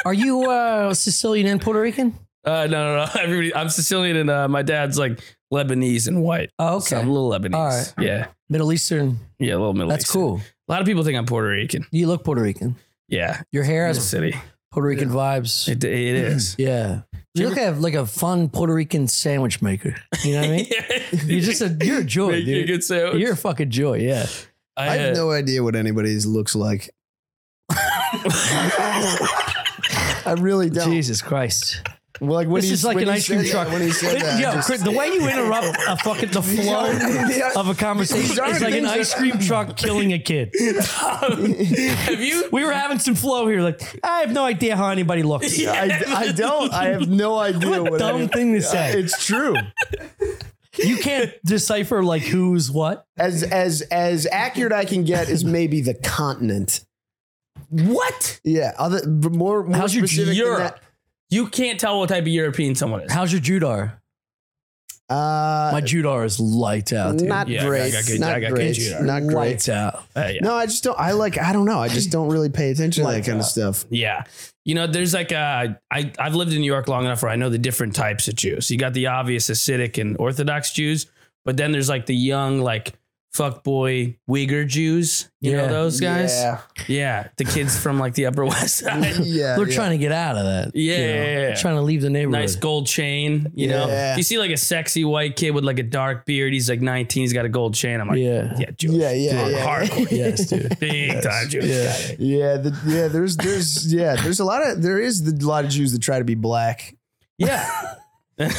Speaker 4: Are you uh, Sicilian and Puerto Rican?
Speaker 5: Uh, no, no, no. Everybody, I'm Sicilian, and uh, my dad's like Lebanese and white.
Speaker 4: Oh,
Speaker 5: So I'm a little Lebanese.
Speaker 4: All right.
Speaker 5: Yeah,
Speaker 4: Middle Eastern.
Speaker 5: yeah, a little Middle.
Speaker 4: That's
Speaker 5: Eastern.
Speaker 4: cool.
Speaker 5: A lot of people think I'm Puerto Rican.
Speaker 4: You look Puerto Rican.
Speaker 5: Yeah,
Speaker 4: Your hair
Speaker 5: that's
Speaker 4: has
Speaker 5: city.
Speaker 4: Puerto Rican vibes.
Speaker 5: It, it is.
Speaker 4: yeah. You look at like a fun Puerto Rican sandwich maker. You know what I mean? You're just a you're a joy,
Speaker 5: Make you a
Speaker 4: dude.
Speaker 5: good sandwich.
Speaker 4: You're a fucking joy, yeah.
Speaker 5: I,
Speaker 1: I
Speaker 5: uh,
Speaker 1: have no idea what anybody's looks like. I really don't.
Speaker 4: Jesus Christ.
Speaker 1: Like when
Speaker 4: This
Speaker 1: he-
Speaker 4: is like
Speaker 1: when
Speaker 4: an
Speaker 1: he
Speaker 4: ice cream
Speaker 1: said
Speaker 4: truck.
Speaker 1: That, when he said that, I
Speaker 4: Yo,
Speaker 1: just-
Speaker 4: Chris, the way you interrupt a fucking the flow of a conversation
Speaker 1: are
Speaker 4: is like an
Speaker 1: things
Speaker 4: ice cream truck killing a kid.
Speaker 5: have you?
Speaker 4: We were having some flow here, like I have no idea how anybody looks.
Speaker 1: I, I don't. I have no idea what.
Speaker 4: Dumb
Speaker 1: any-
Speaker 4: thing to say.
Speaker 1: It's true.
Speaker 4: You can't decipher like who's what.
Speaker 1: As as as accurate I can get is maybe the continent.
Speaker 5: What?
Speaker 1: Yeah. Other more more
Speaker 4: How's your
Speaker 1: specific than
Speaker 5: Europe? You can't tell what type of European someone is.
Speaker 4: How's your Judar?
Speaker 1: that. Uh,
Speaker 4: My Judar is light out, dude.
Speaker 1: not
Speaker 5: Yeah, I
Speaker 1: great.
Speaker 5: got good- I
Speaker 1: not
Speaker 5: got good
Speaker 1: great.
Speaker 5: GR.
Speaker 1: Not great.
Speaker 4: lights out.
Speaker 5: Uh, yeah.
Speaker 1: No, I just don't. I like. I don't know. I just don't really pay attention to that kind of stuff.
Speaker 5: Yeah. You know, there's like a, I, I've lived in New York long enough where I know the different types of Jews. You got the obvious Hasidic and Orthodox Jews, but then there's like the young, like fuckboy Uyghur Jews. You know
Speaker 4: Yeah.
Speaker 5: those guys?
Speaker 1: Yeah.
Speaker 5: Yeah, The kids from like the Upper West Side.
Speaker 1: Yeah.
Speaker 4: They're
Speaker 1: yeah.
Speaker 4: trying to get out of that.
Speaker 5: Yeah,
Speaker 4: you know?
Speaker 5: yeah, yeah.
Speaker 4: trying to leave the neighborhood.
Speaker 5: Nice gold chain, you know.
Speaker 1: Yeah.
Speaker 5: You see like a sexy white kid with like a dark beard. He's like 19. He's got a gold chain. I'm like, yeah,
Speaker 4: Yeah.
Speaker 5: Jewish.
Speaker 1: Yeah, yeah,
Speaker 5: Hard-
Speaker 1: yeah.
Speaker 5: Hardcore.
Speaker 4: Yes, dude.
Speaker 5: Big time Jewish guy.
Speaker 1: Yeah, the, yeah. There's, there's, yeah. There's a lot of there is the, a lot of Jews that try to be black.
Speaker 5: Yeah.
Speaker 1: Yeah,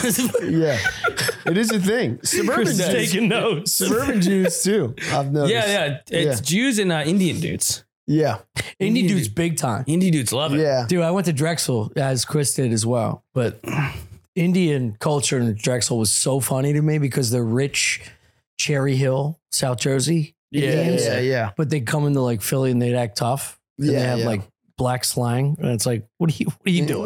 Speaker 1: it is a thing. Suburban
Speaker 5: Chris is
Speaker 1: Jews,
Speaker 5: taking notes.
Speaker 1: suburban Jews too. I've noticed.
Speaker 5: Yeah, yeah. It's
Speaker 1: Yeah.
Speaker 5: Jews and uh, Indian dudes.
Speaker 1: yeah,
Speaker 4: Indie dude's big time.
Speaker 5: Indie dudes love it.
Speaker 1: yeah.
Speaker 4: Dude, I went to Drexel as Chris did as well. But Indian culture in Drexel was so funny to me because they're rich Cherry Hill, South Jersey.
Speaker 1: Yeah,
Speaker 4: Indians,
Speaker 1: yeah, yeah.
Speaker 4: But they come into like Philly and they'd act tough. And
Speaker 1: Yeah,
Speaker 4: they have
Speaker 1: yeah.
Speaker 4: like black slang, and it's like, what are you, what are you doing?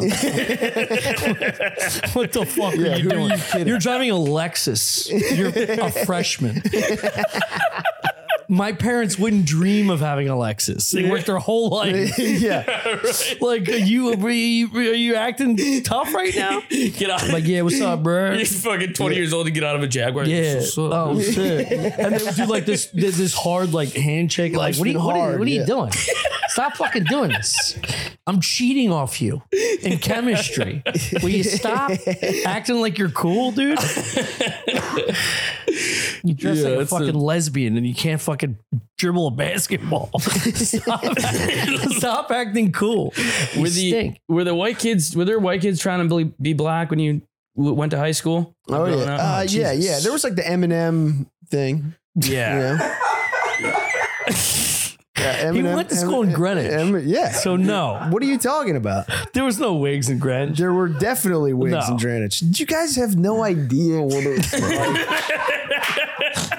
Speaker 4: what the fuck are you
Speaker 1: who are
Speaker 4: doing?
Speaker 1: you
Speaker 4: You
Speaker 1: kidding?
Speaker 4: are driving a Lexus. You're a freshman. My parents wouldn't dream of having a Lexus. They worked their whole life.
Speaker 1: yeah.
Speaker 4: Like, are you, are you, are you acting tough right now?
Speaker 5: Get out.
Speaker 4: Like, yeah, what's up, bro?
Speaker 5: you're fucking 20 years old to get out of a Jaguar.
Speaker 4: Yeah.
Speaker 5: What's up?
Speaker 4: Oh shit. And they would do like this this, this hard like handshake.
Speaker 1: Life's
Speaker 4: like what are you
Speaker 1: been
Speaker 4: what, are,
Speaker 1: hard,
Speaker 4: what are you
Speaker 1: yeah.
Speaker 4: doing? Stop fucking doing this. I'm cheating off you in chemistry. Will you stop acting like you're cool, dude? You dress
Speaker 5: Yeah,
Speaker 4: like a
Speaker 5: that's
Speaker 4: fucking
Speaker 5: a-
Speaker 4: lesbian and you can't fucking dribble a basketball. stop, stop acting cool. You
Speaker 5: were the
Speaker 4: stink.
Speaker 5: were the white kids were there white kids trying to be, be black when you w- went to high school?
Speaker 1: Oh yeah.
Speaker 5: Growing up?
Speaker 1: Uh, yeah, yeah. There was like the Eminem thing.
Speaker 5: yeah.
Speaker 1: You know? yeah,
Speaker 4: He went to school in Greenwich.
Speaker 1: Em- yeah.
Speaker 4: So no,
Speaker 1: what are you talking about?
Speaker 4: there was no wigs in Greenwich.
Speaker 1: There were definitely wigs
Speaker 4: No.
Speaker 1: in Greenwich. You guys have no idea what it was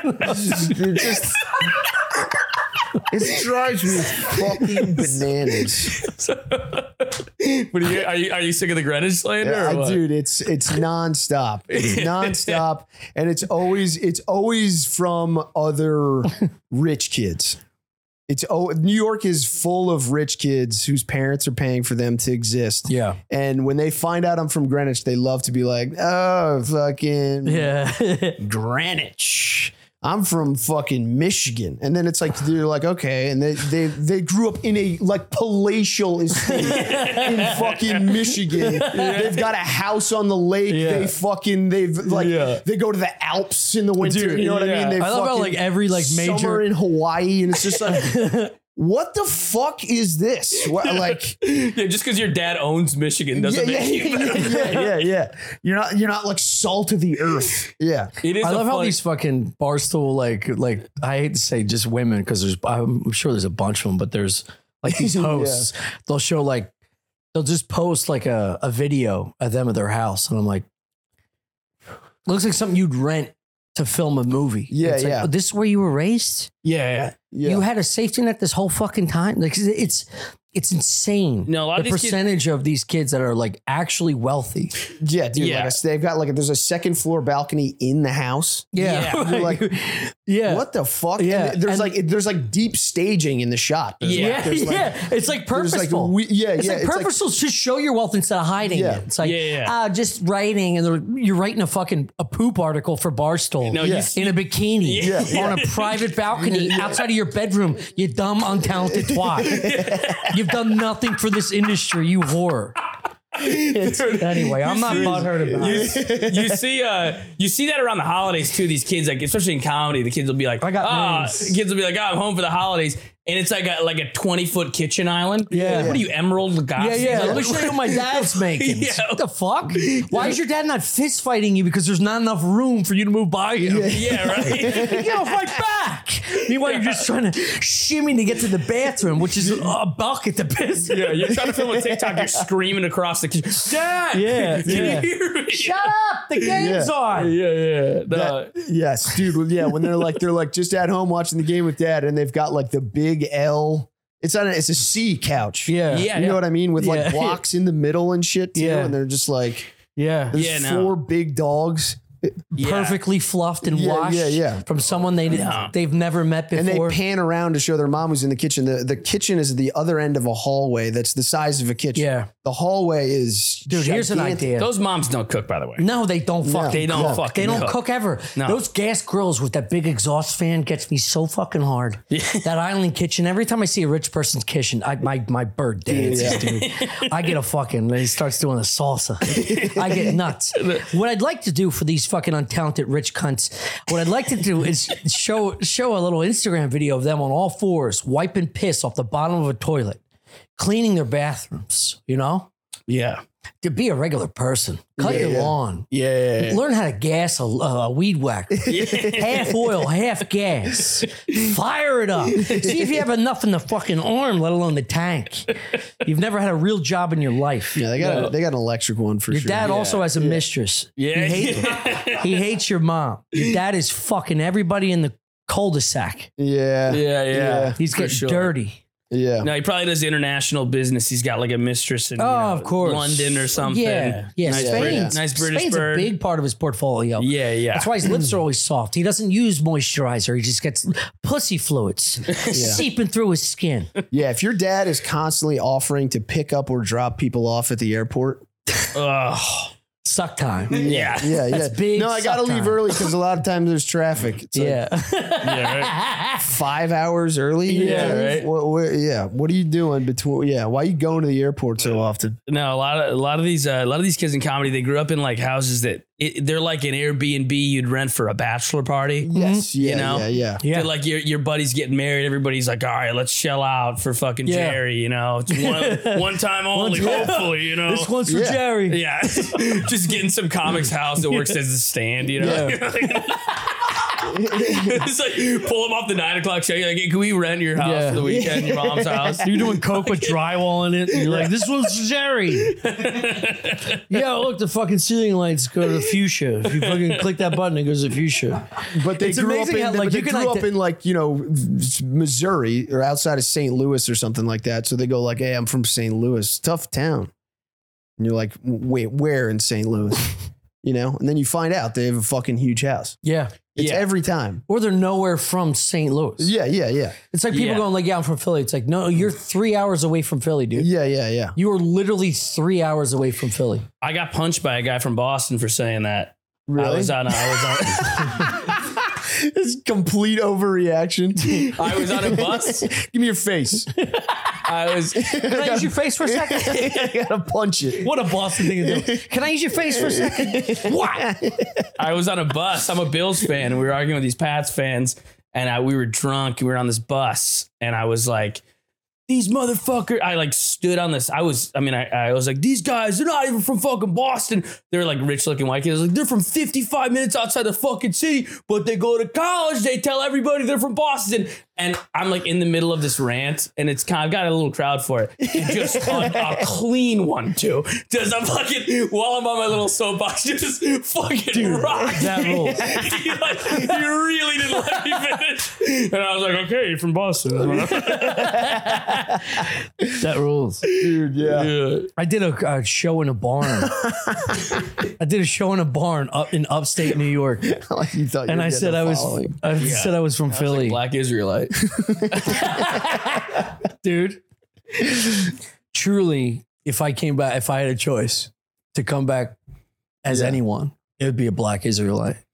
Speaker 1: like. You're just- it drives me fucking bananas,
Speaker 5: What are, you, are you are you sick of the Greenwich slander? or
Speaker 1: I,
Speaker 5: what?
Speaker 1: dude. It's it's nonstop. It's nonstop, and it's always it's always from other rich kids. It's oh, New York is full of rich kids whose parents are paying for them to exist.
Speaker 4: Yeah.
Speaker 1: And when they find out I'm from Greenwich, they love to be like, oh, fucking
Speaker 4: Yeah.
Speaker 1: Greenwich. I'm from fucking Michigan. And then it's like, they're like, okay. And they, they, they grew up in a like palatial estate in fucking Michigan. They've got a house on the lake.
Speaker 4: Yeah.
Speaker 1: They fucking, they've like,
Speaker 4: Yeah.
Speaker 1: they go to the Alps in the winter.
Speaker 4: Dude,
Speaker 1: you know what I mean?
Speaker 4: yeah.
Speaker 1: They
Speaker 4: I love how,
Speaker 1: fucking
Speaker 4: like, every, like, major-
Speaker 1: summer in Hawaii. And it's just like, what the fuck is this? What, like,
Speaker 5: Yeah, just because your dad owns Michigan doesn't
Speaker 1: yeah,
Speaker 5: make you.
Speaker 1: yeah, yeah, yeah, yeah. You're not, you're not like salt of the earth. Yeah.
Speaker 5: It is
Speaker 4: I
Speaker 5: a
Speaker 4: love how
Speaker 5: funny-
Speaker 4: these fucking barstool like like I hate to say just women because there's I'm sure there's a bunch of them, but there's like these hosts. They'll show like they'll just post like a, a video of them at their house, and I'm like, looks like something you'd rent to film a movie.
Speaker 1: Yeah,
Speaker 4: It's like,
Speaker 1: yeah.
Speaker 4: "Oh, this is where you were raised.
Speaker 5: yeah.
Speaker 1: Yeah.
Speaker 4: You had a safety net this whole fucking time. Like it's it's insane.
Speaker 5: No, a lot of
Speaker 4: the
Speaker 5: these kids-
Speaker 4: percentage of these kids that are like actually wealthy.
Speaker 1: Yeah, dude.
Speaker 5: Yeah.
Speaker 1: Like I s- they've got like a, there's a second floor balcony in the house.
Speaker 5: Yeah.
Speaker 1: You're like,
Speaker 4: yeah.
Speaker 1: what the fuck?
Speaker 4: Yeah,
Speaker 1: And there's
Speaker 4: and-
Speaker 1: like it- there's like deep staging in the shot. There's,
Speaker 5: Yeah.
Speaker 1: like, there's, like-
Speaker 4: yeah, it's like
Speaker 1: there's, like,
Speaker 4: purposeful.
Speaker 1: we- yeah,
Speaker 4: it's
Speaker 1: yeah.
Speaker 4: like purposeful. to just show your wealth instead of hiding
Speaker 1: Yeah.
Speaker 4: it. It's like,
Speaker 5: Yeah, yeah, yeah.
Speaker 4: "Ah, just writing, and they're- you're writing a fucking a poop article for Barstool.
Speaker 5: No, you s-
Speaker 4: in a bikini
Speaker 5: Yeah.
Speaker 4: on a private balcony outside of your bedroom. You dumb, untalented twat. You've done nothing for this industry, you whore. It's- anyway, I'm not butthurt about it.
Speaker 5: you see, uh, you see that around the holidays too. These kids, like especially in comedy, the kids will be like,
Speaker 4: got
Speaker 5: ah,
Speaker 4: names.
Speaker 5: kids will be like, oh, I'm home for the holidays, and it's like a like a 20 foot kitchen island.
Speaker 4: Yeah.
Speaker 5: What are you, Emerald Lagasse?
Speaker 4: Yeah, yeah. Let me
Speaker 5: Like,
Speaker 4: show you what my dad's making.
Speaker 5: Yeah.
Speaker 4: What the fuck? Why is your dad not fist fighting you because there's not enough room for you to move by him?
Speaker 5: yeah, right.
Speaker 4: Yo, fight back! Meanwhile, you're just trying to shimmy to get to the bathroom, which is a bucket to piss. in.
Speaker 5: Yeah, you're trying to film a TikTok. You're screaming across the kitchen. Dad,
Speaker 4: Yeah,
Speaker 5: can you
Speaker 4: yeah.
Speaker 5: hear me?
Speaker 4: Shut up! The game's
Speaker 1: Yeah.
Speaker 4: on.
Speaker 5: Yeah, yeah. No.
Speaker 1: yes, dude. well, Yeah, when they're like they're like just at home watching the game with dad, and they've got like the big L. It's on a, it's a C couch.
Speaker 4: Yeah,
Speaker 5: Yeah.
Speaker 1: You know what I mean? With
Speaker 4: Yeah.
Speaker 1: like blocks in the middle and shit. Too,
Speaker 4: Yeah.
Speaker 1: And they're just like
Speaker 4: yeah.
Speaker 1: there's
Speaker 5: Yeah, no.
Speaker 1: four big dogs.
Speaker 5: yeah.
Speaker 4: Perfectly fluffed and
Speaker 1: Yeah,
Speaker 4: washed.
Speaker 1: yeah, yeah.
Speaker 4: From someone they they've never met
Speaker 1: and they
Speaker 4: before.
Speaker 1: pan around to show their mom who's in the kitchen. The the kitchen is the other end of a hallway that's the size of a kitchen.
Speaker 4: Yeah.
Speaker 1: The hallway is
Speaker 4: Dude, here's an
Speaker 1: gigantic.
Speaker 4: idea.
Speaker 5: Those moms don't cook, by the way.
Speaker 4: no, they don't fuck.
Speaker 1: They
Speaker 5: don't
Speaker 4: cook.
Speaker 5: fucking
Speaker 4: They don't
Speaker 5: cook.
Speaker 4: cook, ever.
Speaker 5: No.
Speaker 4: Those gas grills with that big exhaust fan gets me so fucking hard. that island kitchen. Every time I see a rich person's kitchen, I, my my bird dances, dude. I get a fucking. And he starts doing the salsa. I get nuts. What I'd like to do for these fucking untalented rich cunts, what I'd like to do is show show a little Instagram video of them on all fours wiping piss off the bottom of a toilet, cleaning their bathrooms. You know
Speaker 5: Yeah.
Speaker 4: to be a regular person. Cut your lawn.
Speaker 5: Yeah.
Speaker 4: Learn how to gas a, a weed whacker. half oil, half gas. Fire it up. See if you have enough in the fucking arm, let alone the tank. You've never had a real job in your life.
Speaker 1: Yeah, they got a, they got an electric one for
Speaker 4: Your
Speaker 1: sure.
Speaker 4: dad also has a mistress.
Speaker 5: Yeah.
Speaker 4: He hates, he hates your mom. Your dad is fucking everybody in the cul-de-sac.
Speaker 1: yeah.
Speaker 5: Yeah, yeah.
Speaker 1: Yeah.
Speaker 4: He's
Speaker 5: For
Speaker 4: getting
Speaker 5: sure.
Speaker 4: dirty.
Speaker 1: Yeah.
Speaker 5: No, he probably does international business. He's got like a mistress in you
Speaker 4: Oh,
Speaker 5: know,
Speaker 4: of course.
Speaker 5: London or something.
Speaker 4: Yeah, yeah.
Speaker 5: Nice
Speaker 4: Spain.
Speaker 5: Brit- nice British
Speaker 6: Spain's
Speaker 5: bird.
Speaker 6: a big part of his portfolio.
Speaker 5: yeah, yeah.
Speaker 6: That's why his lips are always soft. He doesn't use moisturizer. He just gets pussy fluids seeping through his skin.
Speaker 1: Yeah. If your dad is constantly offering to pick up or drop people off at the airport,
Speaker 5: Ugh.
Speaker 6: Suck time.
Speaker 5: yeah.
Speaker 1: yeah, yeah.
Speaker 6: That's big
Speaker 1: no, I gotta leave
Speaker 6: sometime.
Speaker 1: early because a lot of times there's traffic. It's like
Speaker 6: Yeah.
Speaker 1: five hours early.
Speaker 5: Yeah, right.
Speaker 1: What, what- yeah. What are you doing between? Yeah. Why are you going to the airport so often?
Speaker 4: Mm-hmm.
Speaker 5: No, a lot of a lot of these uh, a lot of these kids in comedy they grew up in like houses that it, they're like an Airbnb you'd rent for a bachelor party.
Speaker 1: Yes. Yeah.
Speaker 5: You know?
Speaker 1: Yeah. Mm-hmm. Yeah.
Speaker 5: They're like your your buddy's getting married. Everybody's like, all right, let's shell out for fucking
Speaker 4: Yeah.
Speaker 5: Jerry. You know, it's one one time only.
Speaker 4: time.
Speaker 5: Hopefully, you know.
Speaker 4: This one's for
Speaker 1: Yeah.
Speaker 4: Jerry.
Speaker 5: yeah, just getting some comics house that works as a stand. You know, it's like pull them off the nine o'clock show. You're like, hey, can we rent your house
Speaker 4: Yeah.
Speaker 5: for the weekend? Your mom's house.
Speaker 6: You're doing coke with drywall in it. And you're like, this one's for Jerry.
Speaker 4: Yeah, look, the fucking ceiling lights go to the fuchsia. If you fucking click that button, it goes to fuchsia.
Speaker 1: But they
Speaker 4: It's
Speaker 1: grew up
Speaker 4: amazing
Speaker 1: in
Speaker 4: how,
Speaker 1: but
Speaker 4: like,
Speaker 1: they
Speaker 4: you can,
Speaker 1: grew
Speaker 4: like,
Speaker 1: up
Speaker 4: the-
Speaker 1: in like you know Missouri or outside of St. Louis or something like that. So they go like, "Hey, I'm from St. Louis, tough town," and you're like, "Wait, where in St. Louis?" you know, and then you find out they have a fucking huge house.
Speaker 4: Yeah.
Speaker 1: It's
Speaker 5: Yeah.
Speaker 1: every time.
Speaker 6: Or they're nowhere from St. Louis.
Speaker 1: Yeah, yeah, yeah,
Speaker 6: It's like people
Speaker 5: Yeah.
Speaker 6: going, like, yeah, I'm from Philly. It's like, no, you're three hours away from Philly, dude.
Speaker 1: yeah, yeah, yeah.
Speaker 6: You are literally three hours away from Philly.
Speaker 5: I got punched by a guy from Boston for saying that. I
Speaker 1: Really?
Speaker 4: uh,
Speaker 5: was on. I was on.
Speaker 1: It's complete overreaction.
Speaker 5: I was on a bus.
Speaker 1: Give me your face.
Speaker 5: I was.
Speaker 6: Can I use your face for a second?
Speaker 1: I gotta punch it.
Speaker 4: What a Boston thing to do.
Speaker 6: Can I use your face for a second?
Speaker 5: I was on a bus. I'm a Bills fan, and we were arguing with these Pats fans, and I, we were drunk. And we were on this bus, and I was like, "These motherfucker!" I like stood on this. I was. I mean, I, I was like, "These guys, they're not even from fucking Boston. They're like rich-looking white kids. I was Like they're from 55 minutes outside the fucking city, but they go to college. They tell everybody they're from Boston." And I'm like in the middle of this rant, and it's kind. I've got a little crowd for it. And just a, a clean one too. Does I'm fucking while I'm on my little soapbox, just fucking rock.
Speaker 4: That rules.
Speaker 5: you, like, you really didn't let me finish. And I was like, okay, you're from Boston.
Speaker 4: That rules.
Speaker 1: Dude, yeah.
Speaker 4: I did a, a show in a barn. I did a show in a barn up in upstate New York,
Speaker 1: Like you thought you
Speaker 4: and
Speaker 1: were
Speaker 4: I
Speaker 1: getting
Speaker 4: said
Speaker 1: a
Speaker 4: I was
Speaker 1: following.
Speaker 4: I said I was from Philly,
Speaker 5: Black Israelite.
Speaker 4: dude. Truly, if I came back, if I had a choice to come back as
Speaker 1: Yeah.
Speaker 4: anyone, it would be a black Israelite.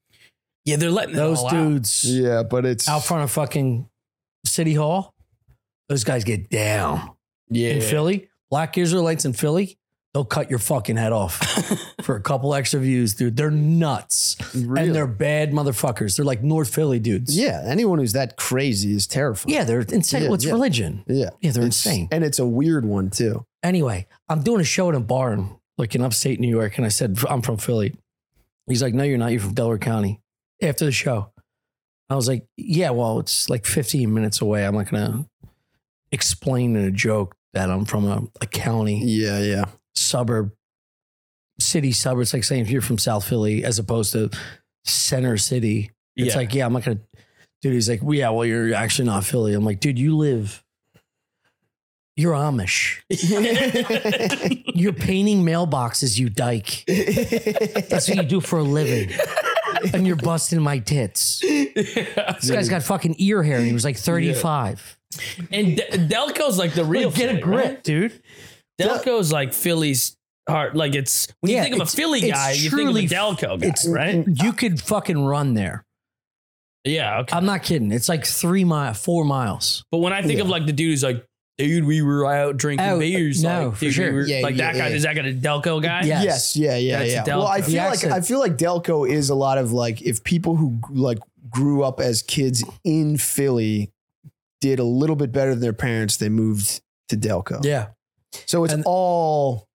Speaker 5: Yeah, they're letting
Speaker 4: Those dudes
Speaker 1: Yeah, but it's
Speaker 4: out front of fucking City Hall, those guys get down.
Speaker 5: Yeah,
Speaker 4: in Philly, black Israelites in Philly, they'll cut your fucking head off for a couple extra views, dude. They're nuts.
Speaker 1: Really?
Speaker 4: And they're bad motherfuckers. They're like North Philly dudes.
Speaker 1: yeah. Anyone who's that crazy is terrifying.
Speaker 4: Yeah, they're insane.
Speaker 1: Yeah,
Speaker 4: What's
Speaker 1: yeah.
Speaker 4: religion?
Speaker 1: yeah.
Speaker 4: Yeah, they're
Speaker 1: It's-
Speaker 4: insane.
Speaker 1: And it's a weird one too.
Speaker 4: Anyway, I'm doing a show in a barn, like in upstate New York, and I said, I'm from Philly. He's like, No, you're not. You're from Delaware County. After the show, I was like, Yeah, well, it's like 15 minutes away. I'm not going to explain in a joke that I'm from a, a county.
Speaker 1: Yeah, yeah.
Speaker 4: suburb, city suburb. It's like saying if you're from South Philly as opposed to center city. It's
Speaker 5: Yeah.
Speaker 4: like, yeah, I'm not gonna. Dude, he's like, well, yeah, well, you're actually not Philly. I'm like, dude, you live. You're Amish. You're painting mailboxes, you dyke. That's what you do for a living. And you're busting my tits. This guy's got fucking ear hair. And he was like 35.
Speaker 5: and De- Delco's like the real.
Speaker 4: get a
Speaker 5: Philly,
Speaker 4: grip,
Speaker 5: right?
Speaker 4: dude.
Speaker 5: Delco's like Philly's heart. Like it's when
Speaker 4: Yeah,
Speaker 5: you think of a
Speaker 4: it's-
Speaker 5: Philly
Speaker 4: it's
Speaker 5: guy, you think of
Speaker 4: truly-
Speaker 5: a Delco guy,
Speaker 4: It's
Speaker 5: right?
Speaker 4: You could fucking run there.
Speaker 5: Yeah, okay.
Speaker 4: I'm not kidding. It's like three mile, four miles.
Speaker 5: But when I think of like the dude who's like, dude, we were out drinking
Speaker 4: Oh,
Speaker 5: beers.
Speaker 4: no,
Speaker 5: like,
Speaker 4: for
Speaker 5: dude, we
Speaker 4: sure.
Speaker 5: were-
Speaker 1: Yeah,
Speaker 5: like
Speaker 1: yeah,
Speaker 5: that guy.
Speaker 1: yeah.
Speaker 5: Is that guy a Delco guy?
Speaker 4: Yeah.
Speaker 1: Yes, yeah, yeah,
Speaker 5: That's
Speaker 1: yeah.
Speaker 5: Delco.
Speaker 1: Well, I
Speaker 5: The
Speaker 1: feel like
Speaker 4: accent.
Speaker 1: I feel like Delco is a lot of like if people who like grew up as kids in Philly did a little bit better than their parents, they moved to Delco.
Speaker 4: Yeah.
Speaker 1: So it's
Speaker 4: And-
Speaker 1: all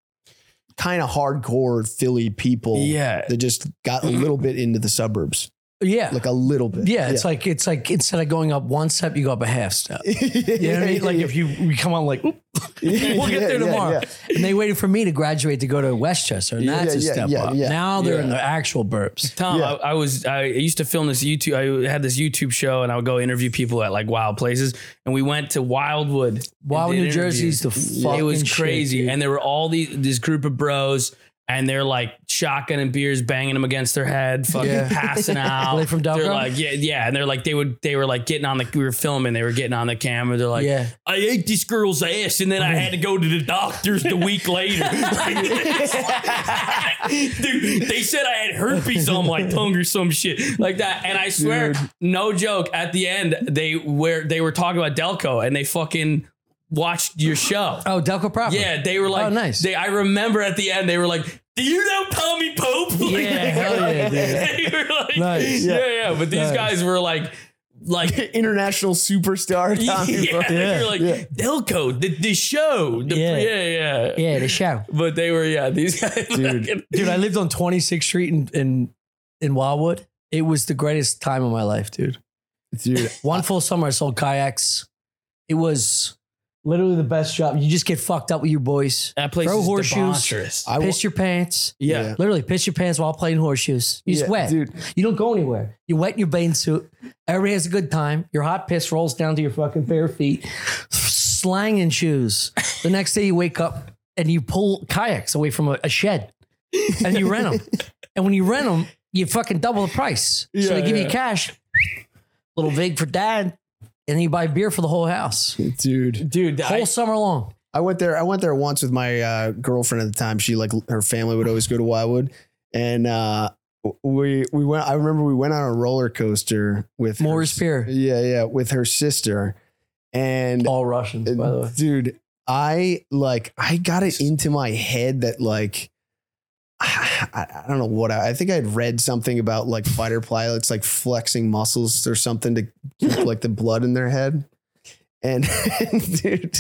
Speaker 1: kind of hardcore Philly people
Speaker 5: Yeah.
Speaker 1: that just got a little bit into the suburbs.
Speaker 4: yeah.
Speaker 1: like a little bit.
Speaker 4: yeah, it's like it's like instead of going up one step, you go up a half step.
Speaker 1: like,
Speaker 4: You know what I mean? Like if you we come on like, oop, we'll get there tomorrow. And they waited for me to graduate to go to Westchester, and
Speaker 1: Yeah,
Speaker 4: that's a
Speaker 1: yeah,
Speaker 4: step
Speaker 1: yeah,
Speaker 4: up.
Speaker 1: yeah.
Speaker 4: now they're in the actual burps.
Speaker 5: Tom,
Speaker 1: Yeah.
Speaker 5: I, I was I used to film this YouTube. I had this YouTube show, and I would go interview people at like wild places. And we went to Wildwood, and
Speaker 4: Wild
Speaker 5: did
Speaker 4: New
Speaker 5: interviews.
Speaker 4: Jersey's the fucking
Speaker 5: It was
Speaker 4: shit,
Speaker 5: crazy,
Speaker 4: dude.
Speaker 5: and there were all these this group of bros. And they're like shotgun and beers, banging them against their head, fucking
Speaker 1: Yeah.
Speaker 5: passing out.
Speaker 4: Are they from
Speaker 5: They're
Speaker 4: Delco?
Speaker 5: like, Uh, yeah, yeah. And they're like, they would, they were like getting on the, we were filming, they were getting on the camera. They're like,
Speaker 4: Yeah.
Speaker 5: I ate this girl's ass, and then I had to go to the doctors the week later. Dude, they said I had herpes on my tongue or some shit like that. And I swear, no joke. At the end, they where they were talking about Delco, and they fucking watched your show.
Speaker 4: Oh, Delco proper.
Speaker 5: Yeah, they were like,
Speaker 4: Oh, nice.
Speaker 5: They, I remember at the end, they were like, "Do you know Tommy Pope?" Like,
Speaker 4: Yeah, hell yeah, dude.
Speaker 5: they were like,
Speaker 4: Nice.
Speaker 5: Yeah, yeah. But these
Speaker 4: Nice.
Speaker 5: guys were like, like.
Speaker 1: international superstar.
Speaker 5: Yeah,
Speaker 1: Tommy Boy.
Speaker 5: You're like Delco, the, the show, the, yeah.
Speaker 4: Yeah.
Speaker 5: yeah, yeah,
Speaker 4: yeah, the show.
Speaker 5: But they were, yeah, these guys. Dude,
Speaker 4: dude. I lived on 26th Street in in in Wildwood. It was the greatest time of my life, dude.
Speaker 1: dude.
Speaker 4: One full summer, I sold kayaks. It was literally the best job. You just get fucked up with your boys,
Speaker 5: that place
Speaker 4: Throw
Speaker 5: is
Speaker 4: horseshoes.
Speaker 5: debaucherous.
Speaker 1: I
Speaker 4: piss your pants.
Speaker 5: Yeah.
Speaker 4: Literally, piss your pants while playing horseshoes. You just
Speaker 1: Yeah,
Speaker 4: wet.
Speaker 1: dude.
Speaker 4: You don't go anywhere. You wet in your bathing suit. Everybody has a good time. Your hot piss rolls down to your fucking bare feet. Slanging shoes. The next day you wake up and you pull kayaks away from a, a shed and you rent them. And when you rent them, you fucking double the price. so they give you cash. Little vig for dad. And then you buy beer for the whole house.
Speaker 1: dude.
Speaker 5: Dude,
Speaker 4: Whole
Speaker 5: I,
Speaker 4: summer long.
Speaker 1: I went there. I went there once with my uh, girlfriend at the time. She like her family would always go to Wildwood, and uh, we we went. I remember we went on a roller coaster with her-
Speaker 4: Moore's Pier.
Speaker 1: Yeah, yeah, with her sister, and
Speaker 4: All Russians, by the way.
Speaker 1: dude, I like I got it into my head that like. I I don't know what I, I think I'd read something about like fighter pilots like flexing muscles or something to keep like the blood in their head. And dude,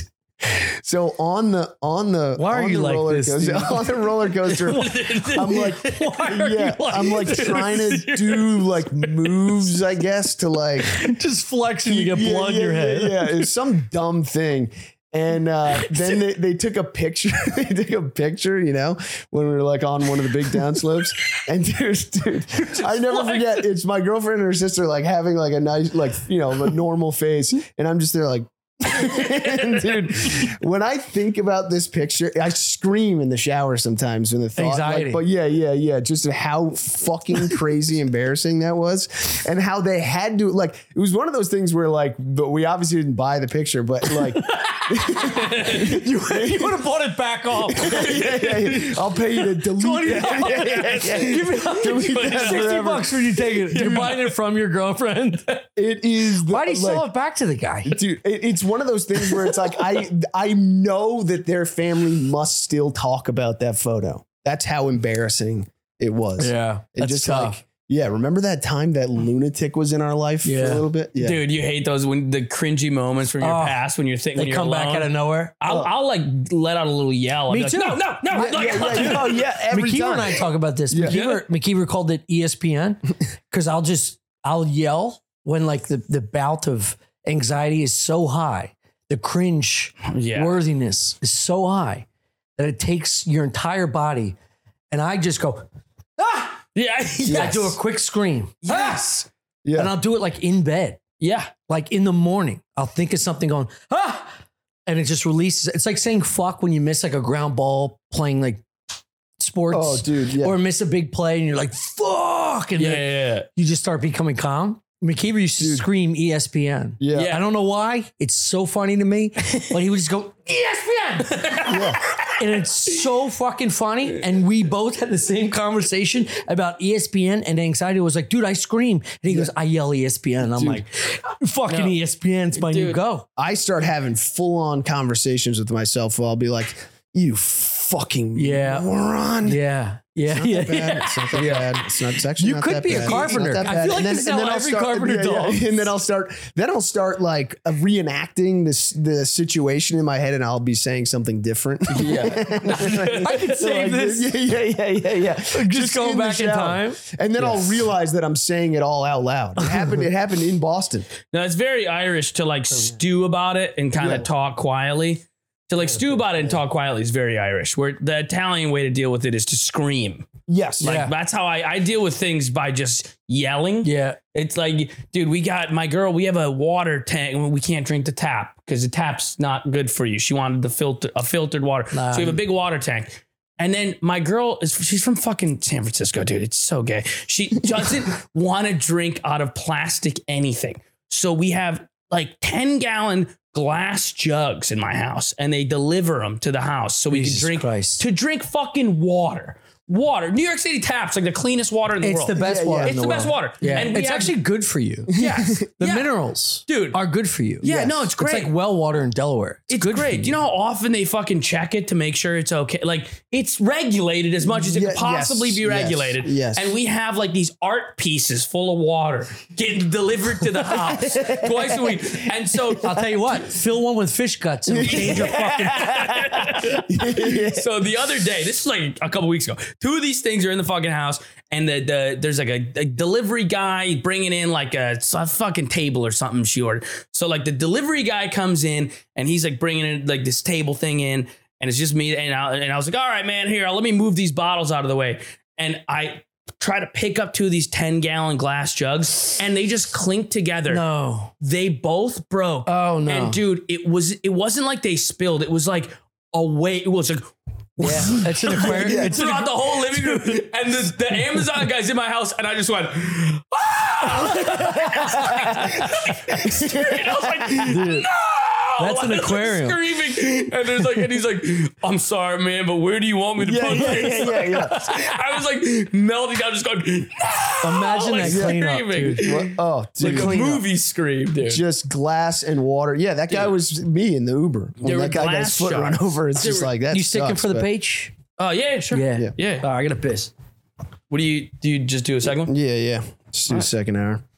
Speaker 1: so on the on the
Speaker 4: Why are
Speaker 1: on
Speaker 4: you
Speaker 1: the
Speaker 4: like
Speaker 1: roller
Speaker 4: this,
Speaker 1: coaster,
Speaker 4: dude?
Speaker 1: on the roller coaster, I'm like yeah, I'm like trying to do like moves, I guess, to like
Speaker 4: Just flexing, you get
Speaker 1: yeah,
Speaker 4: blood
Speaker 1: yeah,
Speaker 4: in your
Speaker 1: yeah,
Speaker 4: head.
Speaker 1: Yeah, it was some dumb thing. And uh, then they, they took a picture. they took a picture, you know, when we were like on one of the big downslopes. And dude, dude, I never forget. It's my girlfriend and her sister like having like a nice, like you know, a normal face, and I'm just there like, and dude. When I think about this picture, I scream in the shower sometimes when the thought. like,
Speaker 4: Anxiety.
Speaker 1: but yeah, yeah, yeah. Just how fucking crazy embarrassing that was, and how they had to like. It was one of those things where like, but we obviously didn't buy the picture, but like. you,
Speaker 4: You would have bought it back off.
Speaker 1: yeah, yeah, yeah. I'll pay you to delete that. Yeah, yeah, yeah.
Speaker 4: Give it up.
Speaker 1: Delete that
Speaker 4: 60
Speaker 1: forever.
Speaker 4: bucks when you take it. You're buying it from your girlfriend.
Speaker 1: It is. The,
Speaker 4: Why do you
Speaker 1: like-
Speaker 4: sell it back to the guy?
Speaker 1: dude it, it's one of those things where it's like i i know that their family must still talk about that photo that's how embarrassing it was
Speaker 4: Yeah.
Speaker 1: it just like yeah remember that time that lunatic was in our life for
Speaker 4: Yeah.
Speaker 1: a little bit yeah
Speaker 5: Dude, you hate those when the cringy moments from your
Speaker 4: Oh,
Speaker 5: past when you're thinking
Speaker 4: they
Speaker 5: when you're
Speaker 4: come back
Speaker 5: alone.
Speaker 4: out of nowhere.
Speaker 5: I'll, I'll like let out a little yell. I'll
Speaker 4: Me
Speaker 5: be like,
Speaker 4: too.
Speaker 5: No, no, no.
Speaker 1: yeah, yeah, yeah, yeah, oh, yeah, every
Speaker 4: McKeever
Speaker 1: time.
Speaker 4: and I talk about this.
Speaker 1: Yeah.
Speaker 4: McKeever, McKeever called it E ESPN because I'll just, I'll yell when like the, the bout of anxiety is so high, the cringe
Speaker 5: Yeah.
Speaker 4: worthiness is so high that it takes your entire body. And I just go,
Speaker 5: Yeah.
Speaker 4: I do a quick scream. Ah!"
Speaker 5: Yes.
Speaker 1: Yeah.
Speaker 4: And I'll do it like in bed.
Speaker 5: Ah! Yeah.
Speaker 4: like in the morning, I'll think of something going, ah, and it just releases. It's like saying fuck when you miss like a ground ball playing like sports
Speaker 1: oh dude yeah
Speaker 4: or miss a big play and you're like, fuck. And
Speaker 5: Yeah.
Speaker 4: then
Speaker 5: Yeah.
Speaker 4: you just start becoming calm. McKeever used to
Speaker 1: Dude.
Speaker 4: scream E ESPN.
Speaker 1: yeah,
Speaker 5: Yeah.
Speaker 4: I don't know why. It's so funny to me, but he would just go, ESPN. and it's so fucking funny. And we both had the same conversation about
Speaker 6: E
Speaker 4: ESPN and anxiety. It was like, dude, I scream. And he goes, I yell
Speaker 6: E
Speaker 4: ESPN. And I'm like, fucking ESPN. It's my new
Speaker 5: Dude.
Speaker 4: go.
Speaker 1: I start having full on conversations with myself. Where I'll be like, "You fucking
Speaker 6: Yeah.
Speaker 1: moron.
Speaker 6: Yeah.
Speaker 1: It's
Speaker 6: Yeah.
Speaker 1: not
Speaker 6: Yeah.
Speaker 1: that bad. It's not that bad. It's not. It's actually
Speaker 6: You
Speaker 1: not
Speaker 6: could
Speaker 1: that
Speaker 6: be a
Speaker 1: bad. It's not
Speaker 6: carpenter.
Speaker 1: that
Speaker 6: I
Speaker 1: bad.
Speaker 6: feel like
Speaker 1: And then-
Speaker 6: this is
Speaker 1: and
Speaker 6: how
Speaker 1: then I'll
Speaker 6: every
Speaker 1: start-
Speaker 6: carpenter talks.
Speaker 1: And then I'll start. Then I'll start like uh, reenacting this the situation in my head, and I'll be saying something different.
Speaker 2: Yeah.
Speaker 1: I
Speaker 6: could save this.
Speaker 1: Yeah, yeah, yeah, yeah, yeah. Just,
Speaker 6: going
Speaker 1: the
Speaker 6: back in
Speaker 1: shower.
Speaker 6: time.
Speaker 1: and then I'll realize that I'm saying it all out loud. It happened. it happened in Boston.
Speaker 5: Now it's very Irish to like stew about it and kind of
Speaker 1: Yeah.
Speaker 5: talk quietly. To like stew about it and talk quietly is very Irish. Where the Italian way to deal with it is to scream.
Speaker 1: Yes.
Speaker 5: Like
Speaker 6: Yeah.
Speaker 5: that's how I, I deal with things by just yelling.
Speaker 6: Yeah.
Speaker 5: It's like, dude, we got my girl. We have a water tank, and we can't drink the tap because the tap's not good for you. She wanted the filter, a filtered water. so we have a big water tank. And then my girl is she's from fucking San Francisco, dude. It's so gay. She doesn't want to drink out of plastic anything. So we have like 10 gallon glass jugs in my house and they deliver them to the house so we
Speaker 6: Jesus
Speaker 5: can drink
Speaker 6: Christ.
Speaker 5: to drink fucking water. Water. New York City taps like the cleanest water in the
Speaker 6: It's
Speaker 5: world.
Speaker 6: the best
Speaker 1: Yeah,
Speaker 6: water.
Speaker 1: yeah.
Speaker 5: It's the best water.
Speaker 6: Yeah.
Speaker 5: And we
Speaker 6: it's
Speaker 5: have-
Speaker 6: actually good for you.
Speaker 5: Yes.
Speaker 6: The
Speaker 5: Yeah.
Speaker 6: minerals
Speaker 5: Dude.
Speaker 6: are good for you.
Speaker 5: Yeah, no, it's great.
Speaker 6: It's like well water in Delaware. It's,
Speaker 5: It's
Speaker 6: good for
Speaker 5: great. Do you know how often they fucking check it to make sure it's okay? Like it's regulated as much as it
Speaker 1: Ye-
Speaker 5: could possibly
Speaker 1: yes,
Speaker 5: be regulated.
Speaker 1: yes, yes.
Speaker 5: And we have like these art pieces full of water getting delivered to the house twice a week. And so
Speaker 6: I'll tell you what, fill one with fish guts and it'll change your fucking.
Speaker 5: so the other day, this is like a couple weeks ago, two of these things are in the fucking house, and the, the there's like a, a delivery guy bringing in like a, a fucking table or something she ordered. So like the delivery guy comes in and he's like bringing in like this table thing in, and it's just me and I, and I was like, all right, man, here, let me move these bottles out of the way, and I. Try to pick up two of these 10 gallon glass jugs and they just clink together.
Speaker 6: No.
Speaker 5: They both broke.
Speaker 6: Oh, no.
Speaker 5: And dude, it was it wasn't like they spilled. It was like a way. It was like
Speaker 6: Yeah. It's an aquarium. It's an
Speaker 5: throughout the whole living room. And the, the Amazon guy's in my house, and I just went, "Ah!" "Oh!"
Speaker 6: That's an
Speaker 5: I was, like,
Speaker 6: aquarium.
Speaker 5: screaming, and there's like, and he's like, "I'm sorry, man, but where do you want me to
Speaker 1: Yeah,
Speaker 5: put
Speaker 1: yeah,
Speaker 5: this?"
Speaker 1: yeah, yeah, yeah.
Speaker 5: I was like melting down, just going,
Speaker 6: Imagine
Speaker 5: like
Speaker 6: that cleanup,
Speaker 5: screaming.
Speaker 6: dude.
Speaker 1: What? Oh,
Speaker 5: like
Speaker 1: dude.
Speaker 5: a movie scream, dude.
Speaker 1: Just glass and water. Yeah, that guy was me in the Uber. When
Speaker 5: There were
Speaker 1: that guy got his
Speaker 5: glass
Speaker 1: foot run
Speaker 5: shards.
Speaker 1: over, it's
Speaker 5: There
Speaker 1: just
Speaker 5: were-
Speaker 1: like that.
Speaker 6: You sticking
Speaker 1: sucks,
Speaker 6: for the
Speaker 1: but-
Speaker 6: page?
Speaker 5: Oh yeah, sure.
Speaker 6: Yeah.
Speaker 5: yeah.
Speaker 6: All right, I gotta piss.
Speaker 5: What do you do? You just do a second one?
Speaker 1: Yeah, yeah. Let's do the second hour.